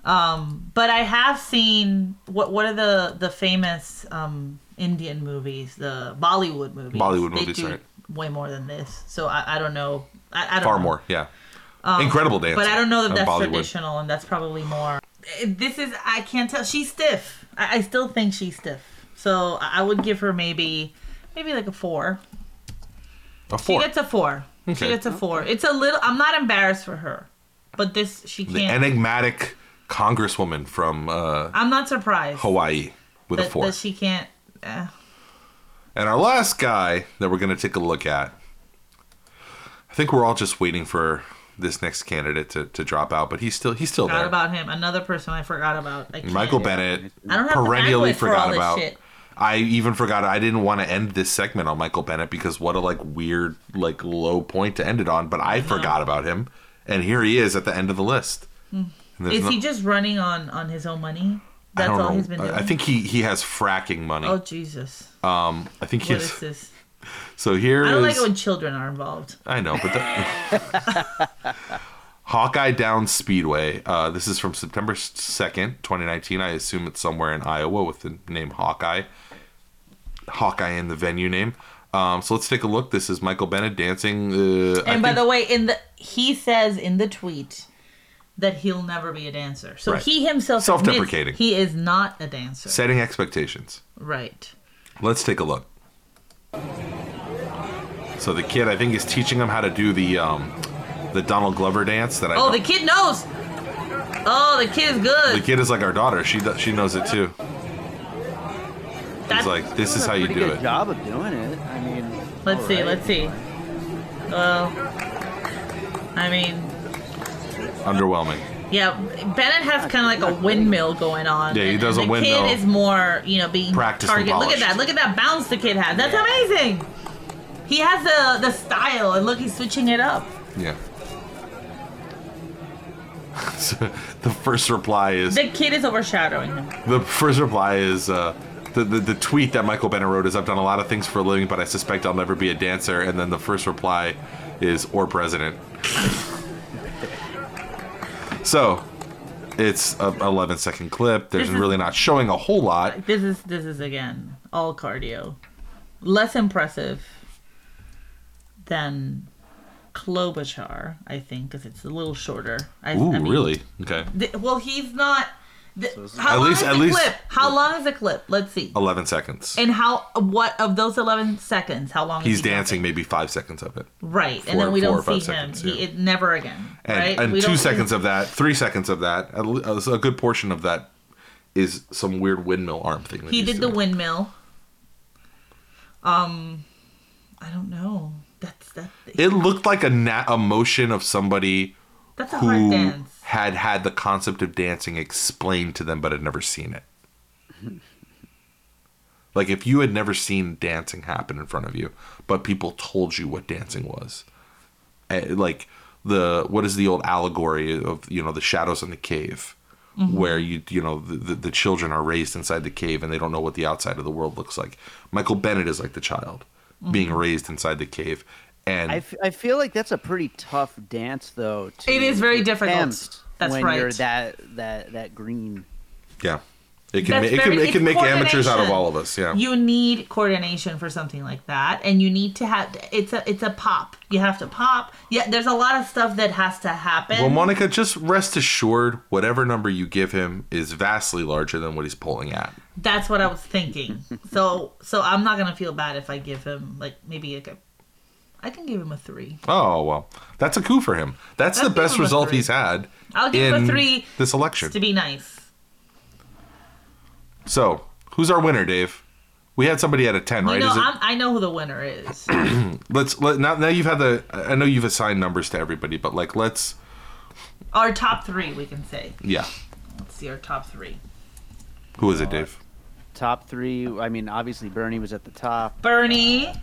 S3: but I have seen what what are the the famous um, Indian movies, the Bollywood movies.
S1: Bollywood
S3: They
S1: movies,
S3: do
S1: right.
S3: Way more than this, so I, I don't know. I, I don't
S1: Far
S3: know.
S1: more, yeah. Incredible dance.
S3: Um, But I don't know that
S1: in
S3: that's
S1: Bollywood.
S3: traditional, and that's probably more. Eh, This is I can't tell. She's stiff. I, I still think she's stiff. So I I would give her maybe, maybe like a four.
S1: A
S3: She
S1: four.
S3: gets a four. She
S1: Okay.
S3: gets a four. It's a little. I'm not embarrassed for her, but this she
S1: the
S3: can't.
S1: enigmatic congresswoman from uh,
S3: I'm not surprised
S1: Hawaii with a
S3: that,
S1: four.
S3: that she can't. Uh,
S1: and our last guy that we're going to take a look at, I think we're all just waiting for this next candidate to, to drop out, but he's still he's still
S3: forgot
S1: there.
S3: about him. Another person I forgot about. I can't.
S1: Michael Bennett.
S3: I don't have the
S1: perennially
S3: bandwidth for
S1: forgot
S3: all this
S1: about.
S3: shit.
S1: I even forgot. I didn't want to end this segment on Michael Bennett because what a like weird like low point to end it on. But
S3: Uh-huh.
S1: I forgot about him, and here he is at the end of the list. And there's
S3: Hmm. Is
S1: no-
S3: he just running on on his own money?
S1: I
S3: That's
S1: don't
S3: all
S1: know.
S3: he's been doing.
S1: I I think he he has fracking money.
S3: Oh Jesus!
S1: um, I think
S3: What is
S1: he's
S3: this?
S1: so here
S3: I don't like
S1: is-
S3: it when children are involved.
S1: I know, but the, Hawkeye Downs Speedway. Uh, this is from September second, twenty nineteen. I assume it's somewhere in Iowa with the name Hawkeye. Hawkeye in the venue name. Um, so let's take a look. This is Michael Bennett dancing. Uh, I
S3: And by
S1: think-
S3: the way, in the he says in the tweet that he'll never be a dancer. So
S1: Right.
S3: he himself admits
S1: Self-deprecating.
S3: He is not a dancer.
S1: setting expectations.
S3: right.
S1: Let's take a look. So the kid, I think, is teaching him how to do the um, the Donald Glover dance that I.
S3: Oh,
S1: know-
S3: the kid knows. Oh, the kid is good.
S1: the kid is like our daughter. She do- she knows it too.
S3: That's-
S1: He's like, this is how you
S2: Pretty
S1: do
S2: good
S1: it.
S2: job of doing it. I mean,
S3: let's
S2: all
S3: see.
S2: right.
S3: Let's see. Well, I mean,
S1: Underwhelming.
S3: yeah, Bennett has kind of like a windmill going on.
S1: Yeah, he
S3: and-
S1: does
S3: and
S1: a windmill.
S3: The kid is more, you know, being
S1: Practiced and
S3: target. Look
S1: polished.
S3: at that. Look at that bounce the kid has. That's amazing. He has the the style, and look, he's switching it up.
S1: Yeah. so the first reply is
S3: The kid is overshadowing him.
S1: the first reply is uh, the, the the tweet that Michael Bennett wrote is I've done a lot of things for a living, but I suspect I'll never be a dancer. And then the first reply is or president. so it's a 11 second clip. There's
S3: This is-
S1: really not showing a whole lot.
S3: This is this is again all cardio. Less impressive than Klobuchar, I think, because it's a little shorter. I, I
S1: Ooh,
S3: mean,
S1: really? Okay.
S3: th- well, he's not. Th- how
S1: At
S3: long
S1: least-
S3: is
S1: at
S3: the
S1: least-
S3: clip? How long is the clip? Let's see.
S1: 11 seconds.
S3: And how? What of those eleven seconds? How long? is
S1: He's
S3: he
S1: dancing maybe five seconds of it.
S3: Right, and
S1: four-
S3: then we
S1: four
S3: don't
S1: or five
S3: see him.
S1: seconds,
S3: He,
S1: yeah.
S3: it, never again.
S1: and,
S3: right?
S1: and
S3: We
S1: two
S3: don't-
S1: seconds of that, three seconds of that, at le- uh, so a good portion of that is some weird windmill arm thing. that
S3: He
S1: he's
S3: did the
S1: doing.
S3: windmill. Um, I don't know. That's that.
S1: It looked like a na- a motion of somebody
S3: That's a hard
S1: who
S3: dance.
S1: had had the concept of dancing explained to them, but had never seen it. like if you had never seen dancing happen in front of you, but people told you what dancing was, Eh, like the what is the old allegory of you know the shadows in the cave.
S3: Mm-hmm.
S1: Where you you know the, the, the children are raised inside the cave and they don't know what the outside of the world looks like. Michael Bennett is like the child
S3: Mm-hmm.
S1: being raised inside the cave, and
S2: I, f- I feel like that's a pretty tough dance, though. To
S3: It is very difficult.
S2: attempt
S3: That's
S2: when
S3: right.
S2: you're that that that green.
S1: Yeah. It can, ma-
S3: That's
S1: it can,
S3: very-
S1: it can
S3: it's
S1: make amateurs out of
S3: coordination.
S1: all of us. Yeah.
S3: You need coordination for something like that, and you need to have it's a it's a pop. You have to pop. Yeah, there's a lot of stuff that has to happen.
S1: Well, Monica, just rest assured, whatever number you give him is vastly larger than what he's pulling at.
S3: That's what I was thinking. so so I'm not gonna feel bad if I give him like maybe like a, I can give him a three.
S1: Oh well, that's a coup for him. That's
S3: I'll
S1: the
S3: give
S1: best
S3: him a
S1: result
S3: three.
S1: he's had
S3: I'll give him
S1: in
S3: a three
S1: this election.
S3: to be nice.
S1: So, who's our winner, Dave? We had somebody at a ten,
S3: You
S1: right?
S3: know,
S1: Is it-
S3: I'm, I know who the winner is.
S1: let's let now. Now you've had the. I know you've assigned numbers to everybody, but like, let's
S3: our top three, we can say.
S1: yeah.
S3: Let's see our top three.
S1: Who is it, Dave?
S2: Top three. I mean, obviously Bernie was at the top,
S3: Bernie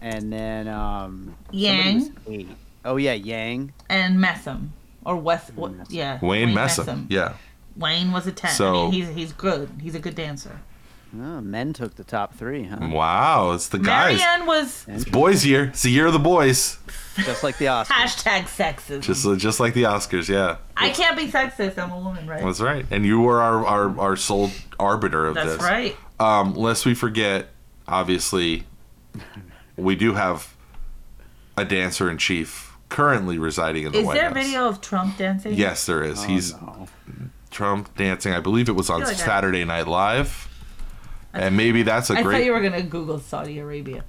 S2: and then um, somebody was
S3: Yang
S2: eight. Oh yeah, Yang.
S3: and Messam or West. what- yeah,
S1: Wayne, Messam. Yeah.
S3: Wayne was a ten.
S1: So-
S3: I mean, he's he's good. He's a good dancer.
S2: Oh, men took the top three,
S1: Mm.
S2: huh?
S1: Wow, it's the guys.
S3: Marianne was
S1: It's boys' year. It's the year of the boys.
S2: Just like the Oscars.
S3: hashtag sexist.
S1: Just uh, just like the Oscars. Yeah,
S3: I can't be sexist. I'm a woman, right?
S1: that's right. And you were our our, our sole arbiter of
S3: That's
S1: this.
S3: right.
S1: Um, lest we forget, obviously, we do have a dancer in chief currently residing in the
S3: Is
S1: White
S3: there a
S1: House.
S3: video of Trump dancing?
S1: Yes, there is. He's
S2: Oh, No.
S1: Trump dancing. I believe it was on
S3: feel like I-
S1: Saturday Night Live, and maybe that's a
S3: I
S1: great.
S3: thought you were gonna Google Saudi Arabia.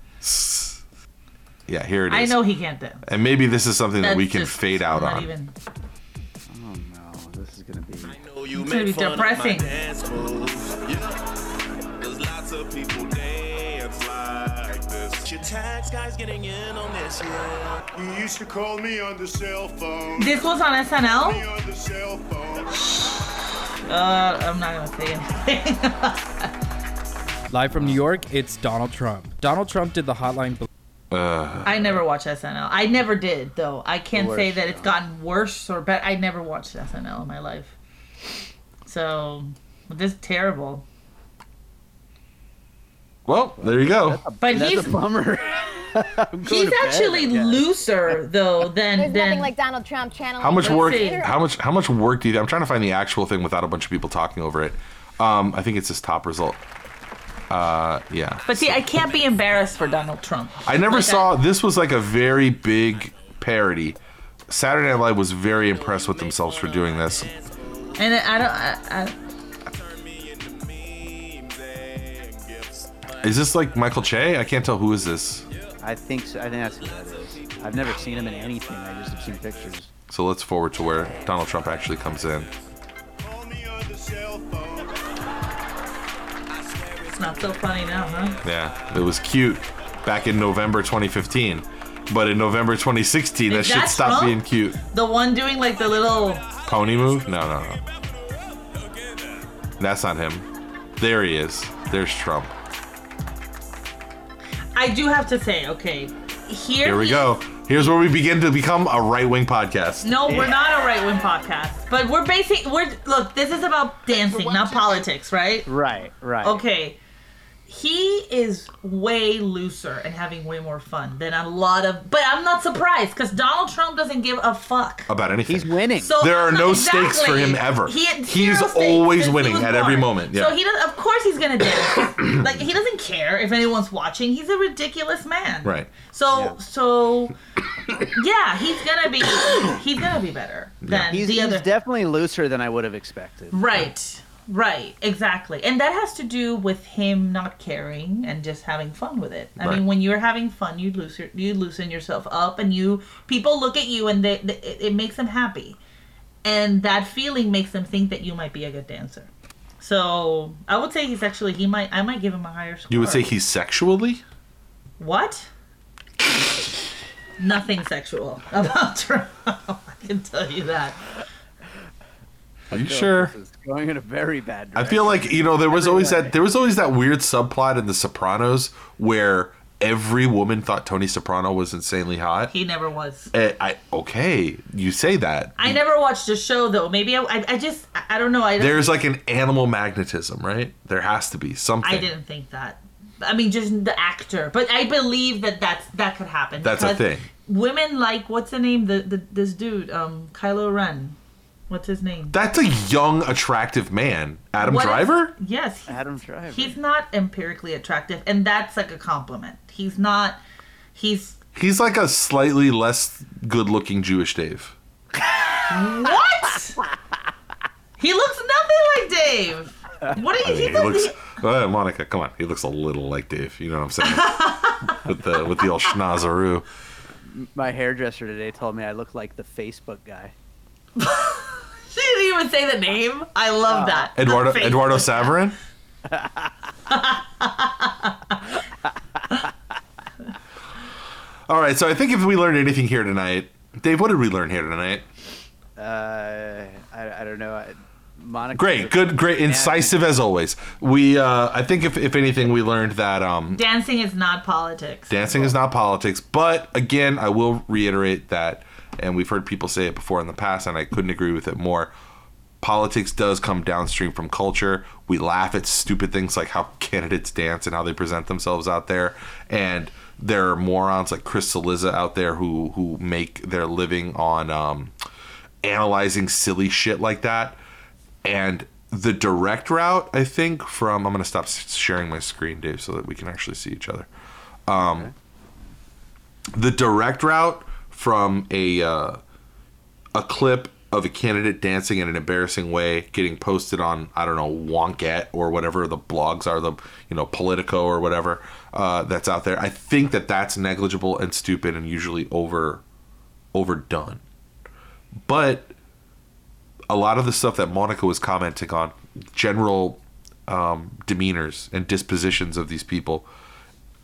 S1: Yeah, here it
S3: I
S1: is.
S3: know he can't dance.
S1: And maybe this is something that we
S3: That's
S1: can
S3: just
S1: fade out
S3: not
S1: on.
S3: even-
S2: Oh no, this is gonna be.
S3: It's gonna be depressing.
S4: Your tax guy's getting in on this, yeah.
S8: You used to call me on the cell phone.
S3: This was on SNL.
S8: Me on the cell phone.
S3: Uh, I'm not gonna say anything.
S9: Live from New York, it's Donald Trump. Donald Trump did the hotline. Bl-
S1: Uh,
S3: I never watched SNL. I never did though. I can't say
S2: Worse,
S3: that it's gotten worse or better. I never watched SNL in my life. So this is terrible.
S1: Well, there you go.
S3: But
S2: That's
S3: he's
S2: a bummer.
S3: he's actually looser though than
S10: There's
S3: than
S10: nothing like Donald Trump channeling.
S1: How much
S10: his
S1: work?
S3: see.
S1: How much? How much work do you? I'm trying to find the actual thing without a bunch of people talking over it. Um, I think it's his top result. Uh, yeah.
S3: But see, I can't be embarrassed for Donald Trump.
S1: I never
S3: Like
S1: saw this was like a very big parody. Saturday Night Live was very impressed with themselves for doing this.
S3: And I don't. I, I,
S1: Is this like Michael Che? I can't tell who is this.
S2: I think so. I think that's who that is. I've never seen him in anything. I just have seen pictures.
S1: So let's forward to where Donald Trump actually comes in.
S8: Call me on the cell phone.
S3: it's not so funny now, huh?
S1: Yeah, it was cute back in November 2015, but in November 2016, that
S3: Is
S1: shit
S3: that
S1: stopped
S3: Trump?
S1: being cute.
S3: The one doing like the little.
S1: Pony move? No, no, no. That's not him. There he is. There's Trump.
S3: I do have to say, okay, here.
S1: Here we
S3: he-
S1: go. Here's where we begin to become a right wing podcast.
S3: No, we're not a right wing podcast, but we're basic. We're look. This is about dancing, not politics, right?
S2: Right, right.
S3: Okay. He is way looser and having way more fun than a lot of. But I'm not surprised because Donald Trump doesn't give a fuck.
S1: About anything.
S2: He's winning.
S3: So
S1: There are
S3: I'm not-
S1: no stakes for him ever.
S3: had
S1: He's
S3: zero stakes
S1: always
S3: since he
S1: winning
S3: was
S1: at every
S3: born.
S1: moment, yeah.
S3: So he does. Of course, he's gonna dance. like he doesn't care if anyone's watching. He's a ridiculous man.
S1: Right.
S3: So so, yeah, he's gonna be he's gonna be better than
S2: he's,
S3: the
S2: he's
S3: other.
S2: definitely looser than I would have expected.
S3: Right. Right, exactly. And that has to do with him not caring and just having fun with it. I
S1: Right.
S3: mean, when you're having fun, you loosen you loosen yourself up and you people look at you and they, they, it it makes them happy. And that feeling makes them think that you might be a good dancer. So, I would say he's actually he might I might give him a higher score.
S1: You would say he's sexually?
S3: What? Nothing sexual about Trump. I can tell you that.
S1: Are you sure?
S2: This is going in a very bad
S1: I
S2: direction.
S1: feel like you know there was always that there was always that weird subplot in The Sopranos where every woman thought Tony Soprano was insanely hot.
S3: He never was.
S1: Eh, I okay, you say that.
S3: I never watched the show though. Maybe I, I, I just I- I don't know. I,
S1: There's like an animal magnetism, right? There has to be something.
S3: I didn't think that. I mean, just the actor, but I believe that that's that could happen.
S1: That's a
S3: because
S1: thing.
S3: Women like what's the name? The, the this dude, um, Kylo Ren. What's his name?
S1: That's a young, attractive man. Adam
S3: What if-
S1: Driver?
S3: yes. He's,
S2: Adam Driver.
S3: he's not empirically attractive, and that's like a compliment. He's not. He's
S1: He's like a slightly less good looking Jewish Dave.
S3: what? he looks nothing like Dave. What
S1: I
S3: are you? He
S1: mean, he looks.
S3: doesn't-
S1: Uh, Monica, come on. He looks a little like Dave. You know what I'm saying? with the with the old schnozaroo.
S2: My hairdresser today told me I look like the Facebook guy.
S3: She didn't even say the name. I love that.
S1: Eduardo
S3: The face.
S1: Eduardo Saverin. All right, so I think if we learned anything here tonight, Dave, what did we learn here tonight?
S2: Uh, I, I don't know. I, Monica.
S1: Great, good, great, incisive as always. We, uh, I think, if, if anything, we learned that um,
S3: Dancing is not politics.
S1: dancing is not politics. But again, I will reiterate that, and we've heard people say it before in the past, and I couldn't agree with it more. Politics does come downstream from culture. We laugh at stupid things like how candidates dance and how they present themselves out there, and there are morons like Chris Saliza out there who who make their living on um, analyzing silly shit like that. And the direct route, I think, from I'm gonna stop s- sharing my screen, Dave, so that we can actually see each other the direct route from a uh, a clip of a candidate dancing in an embarrassing way getting posted on I don't know Wonkette or whatever the blogs are the you know Politico or whatever uh, that's out there. I think that that's negligible and stupid and usually over overdone. But a lot of the stuff that Monica was commenting on, general um, demeanors and dispositions of these people,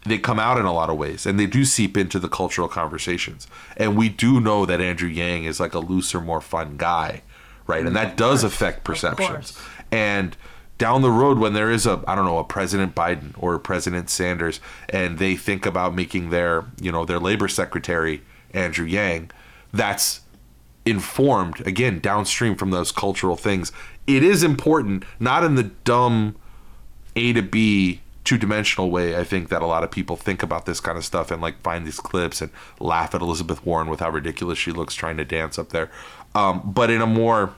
S1: they come out in a lot of ways and they do seep into the cultural conversations. And we do know that Andrew Yang is like a looser, more fun guy, right? And that does affect perceptions.
S3: course.
S1: And down the road, when there is a, I don't know, a President Biden or a President Sanders, and they think about making their, you know, their labor secretary Andrew Yang, that's informed again downstream from those cultural things it is important not in the dumb a to b two dimensional way i think that a lot of people think about this kind of stuff and like find these clips and laugh at elizabeth warren with how ridiculous she looks trying to dance up there um, but in a more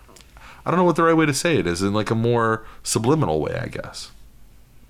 S1: i don't know what the right way to say it is in like a more subliminal way i guess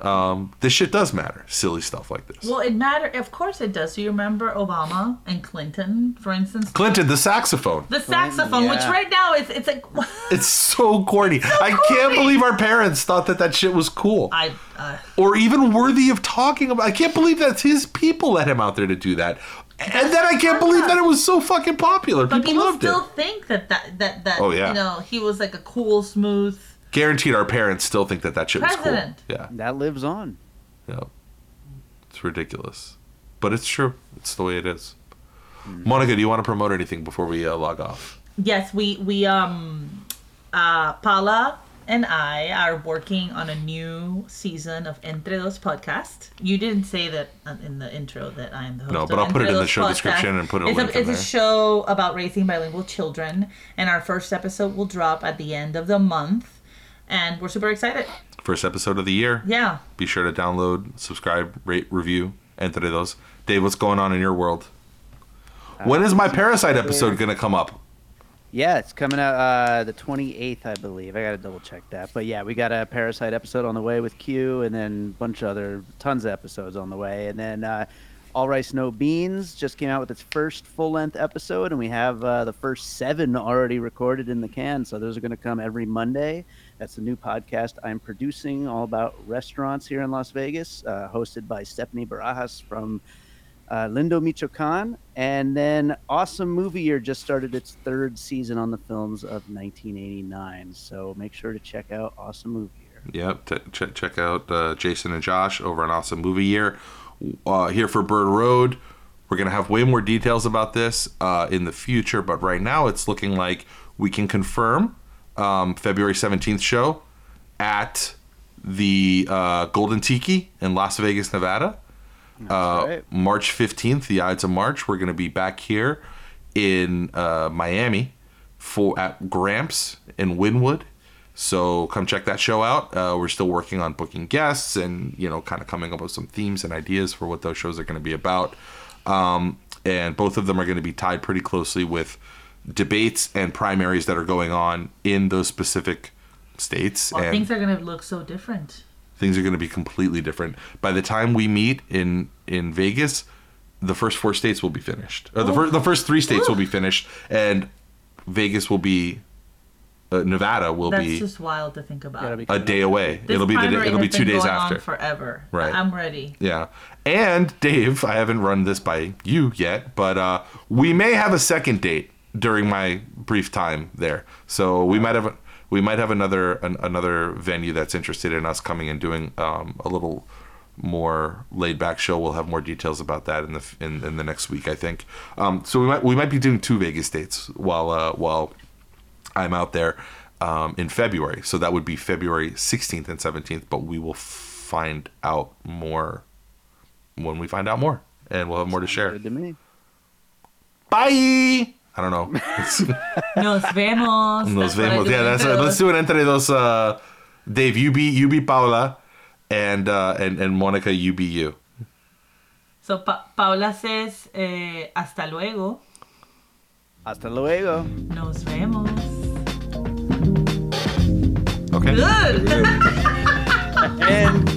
S1: um, this shit does matter silly stuff like this
S3: Well, it matter. Of course, it does. Do you remember Obama and Clinton, for instance?
S1: clinton the saxophone
S3: the saxophone, which
S2: yeah.
S3: right now is it's like
S1: it's so corny i can't
S3: corny.
S1: believe our parents thought that that shit was cool
S3: I uh,
S1: or even worthy of talking about. I can't believe that's his people let him out there to do that. And then I can't believe that it was so fucking popular.
S3: but
S1: People,
S3: people,
S1: loved
S3: still
S1: it.
S3: think that that that that
S1: Oh, yeah.
S3: you know he was like a cool, smooth.
S1: Guaranteed our parents still think that that shit
S3: President.
S1: was cool.
S2: That lives on.
S1: Yeah. Yeah. It's ridiculous. But it's true. It's the way it is. Monica, do you want to promote anything before we uh, log off?
S3: Yes, we we um, uh, Paula and I are working on a new season of Entre Dos podcast. You didn't say that uh, in the intro that I am the host.
S1: No,
S3: of
S1: but I'll put it
S3: Entre
S1: in the
S3: Dos
S1: show description and put a
S3: it's
S1: link
S3: A,
S1: in
S3: it's a
S1: there.
S3: show about raising bilingual children, and our first episode will drop at the end of the month, and we're super excited.
S1: First episode of the year.
S3: Yeah.
S1: Be sure to download, subscribe, rate, review, enter those. Dave, what's going on in your world? When is my Parasite episode going to come up?
S2: Yeah, it's coming out uh, the 28th, I believe. I gotta double check that. But yeah, we got a Parasite episode on the way with Q, and then a bunch of other tons of episodes on the way, and then uh, All Rice No Beans just came out with its first full length episode, and we have uh, the first seven already recorded in the can. So those are gonna come every Monday. That's a new podcast I'm producing, all about restaurants here in Las Vegas, uh, hosted by Stephanie Barajas from uh, Lindo Michoacan, and then Awesome Movie Year just started its third season on the films of 1989. So make sure to check out Awesome Movie Year.
S1: Yep. T- check check out uh, Jason and Josh over on Awesome Movie Year. Uh, here for Bird Road, we're gonna have way more details about this uh, in the future, but right now it's looking like we can confirm um, February seventeenth show at the uh, Golden Tiki in Las Vegas, Nevada. Uh,
S2: right.
S1: March 15th, the Ides of March, we're going to be back here in uh, Miami for at Gramps in Wynwood. So come check that show out. Uh, we're still working on booking guests and you know kind of coming up with some themes and ideas for what those shows are going to be about. Um, and both of them are going to be tied pretty closely with debates and primaries that are going on in those specific states.
S3: Well,
S1: and
S3: things are gonna look so different.
S1: things are going to be completely different. By the time we meet in in Vegas, the first four states will be finished. Or the first the first three states will be finished, and Vegas will be uh, Nevada will
S3: That's
S1: be
S3: just wild to think about.
S2: Gotta be-
S1: a day away.
S3: This
S1: it'll be the,
S3: primary
S1: day- it'll be
S3: has
S1: two
S3: been
S1: days
S3: going on
S1: after.
S3: forever.
S1: Right.
S3: I'm ready.
S1: Yeah. And Dave, I haven't run this by you yet, but uh, we may have a second date during my brief time there. So we might have we might have another an, another venue that's interested in us coming and doing um, a little more laid back show. We'll have more details about that in the f- in, in the next week, I think. Um, so we might we might be doing two Vegas dates while uh, while I'm out there um, in February. So that would be February 16th and 17th, but we will find out more when we find out more and we'll have more to share.
S2: Good to me.
S1: Bye! I don't know. It's-
S3: Nos vemos.
S1: Nos
S3: That's what I
S1: vemos.
S3: do
S1: Yeah,
S3: in
S1: that's it.
S3: those.
S1: Let's do it entre dos. Uh, Dave, you be, you be Paula and, uh, and, and Monica, you be you.
S3: So Pa- Paula says, eh, hasta luego.
S2: Hasta luego.
S3: Nos vemos.
S1: Okay.
S3: Good.
S2: And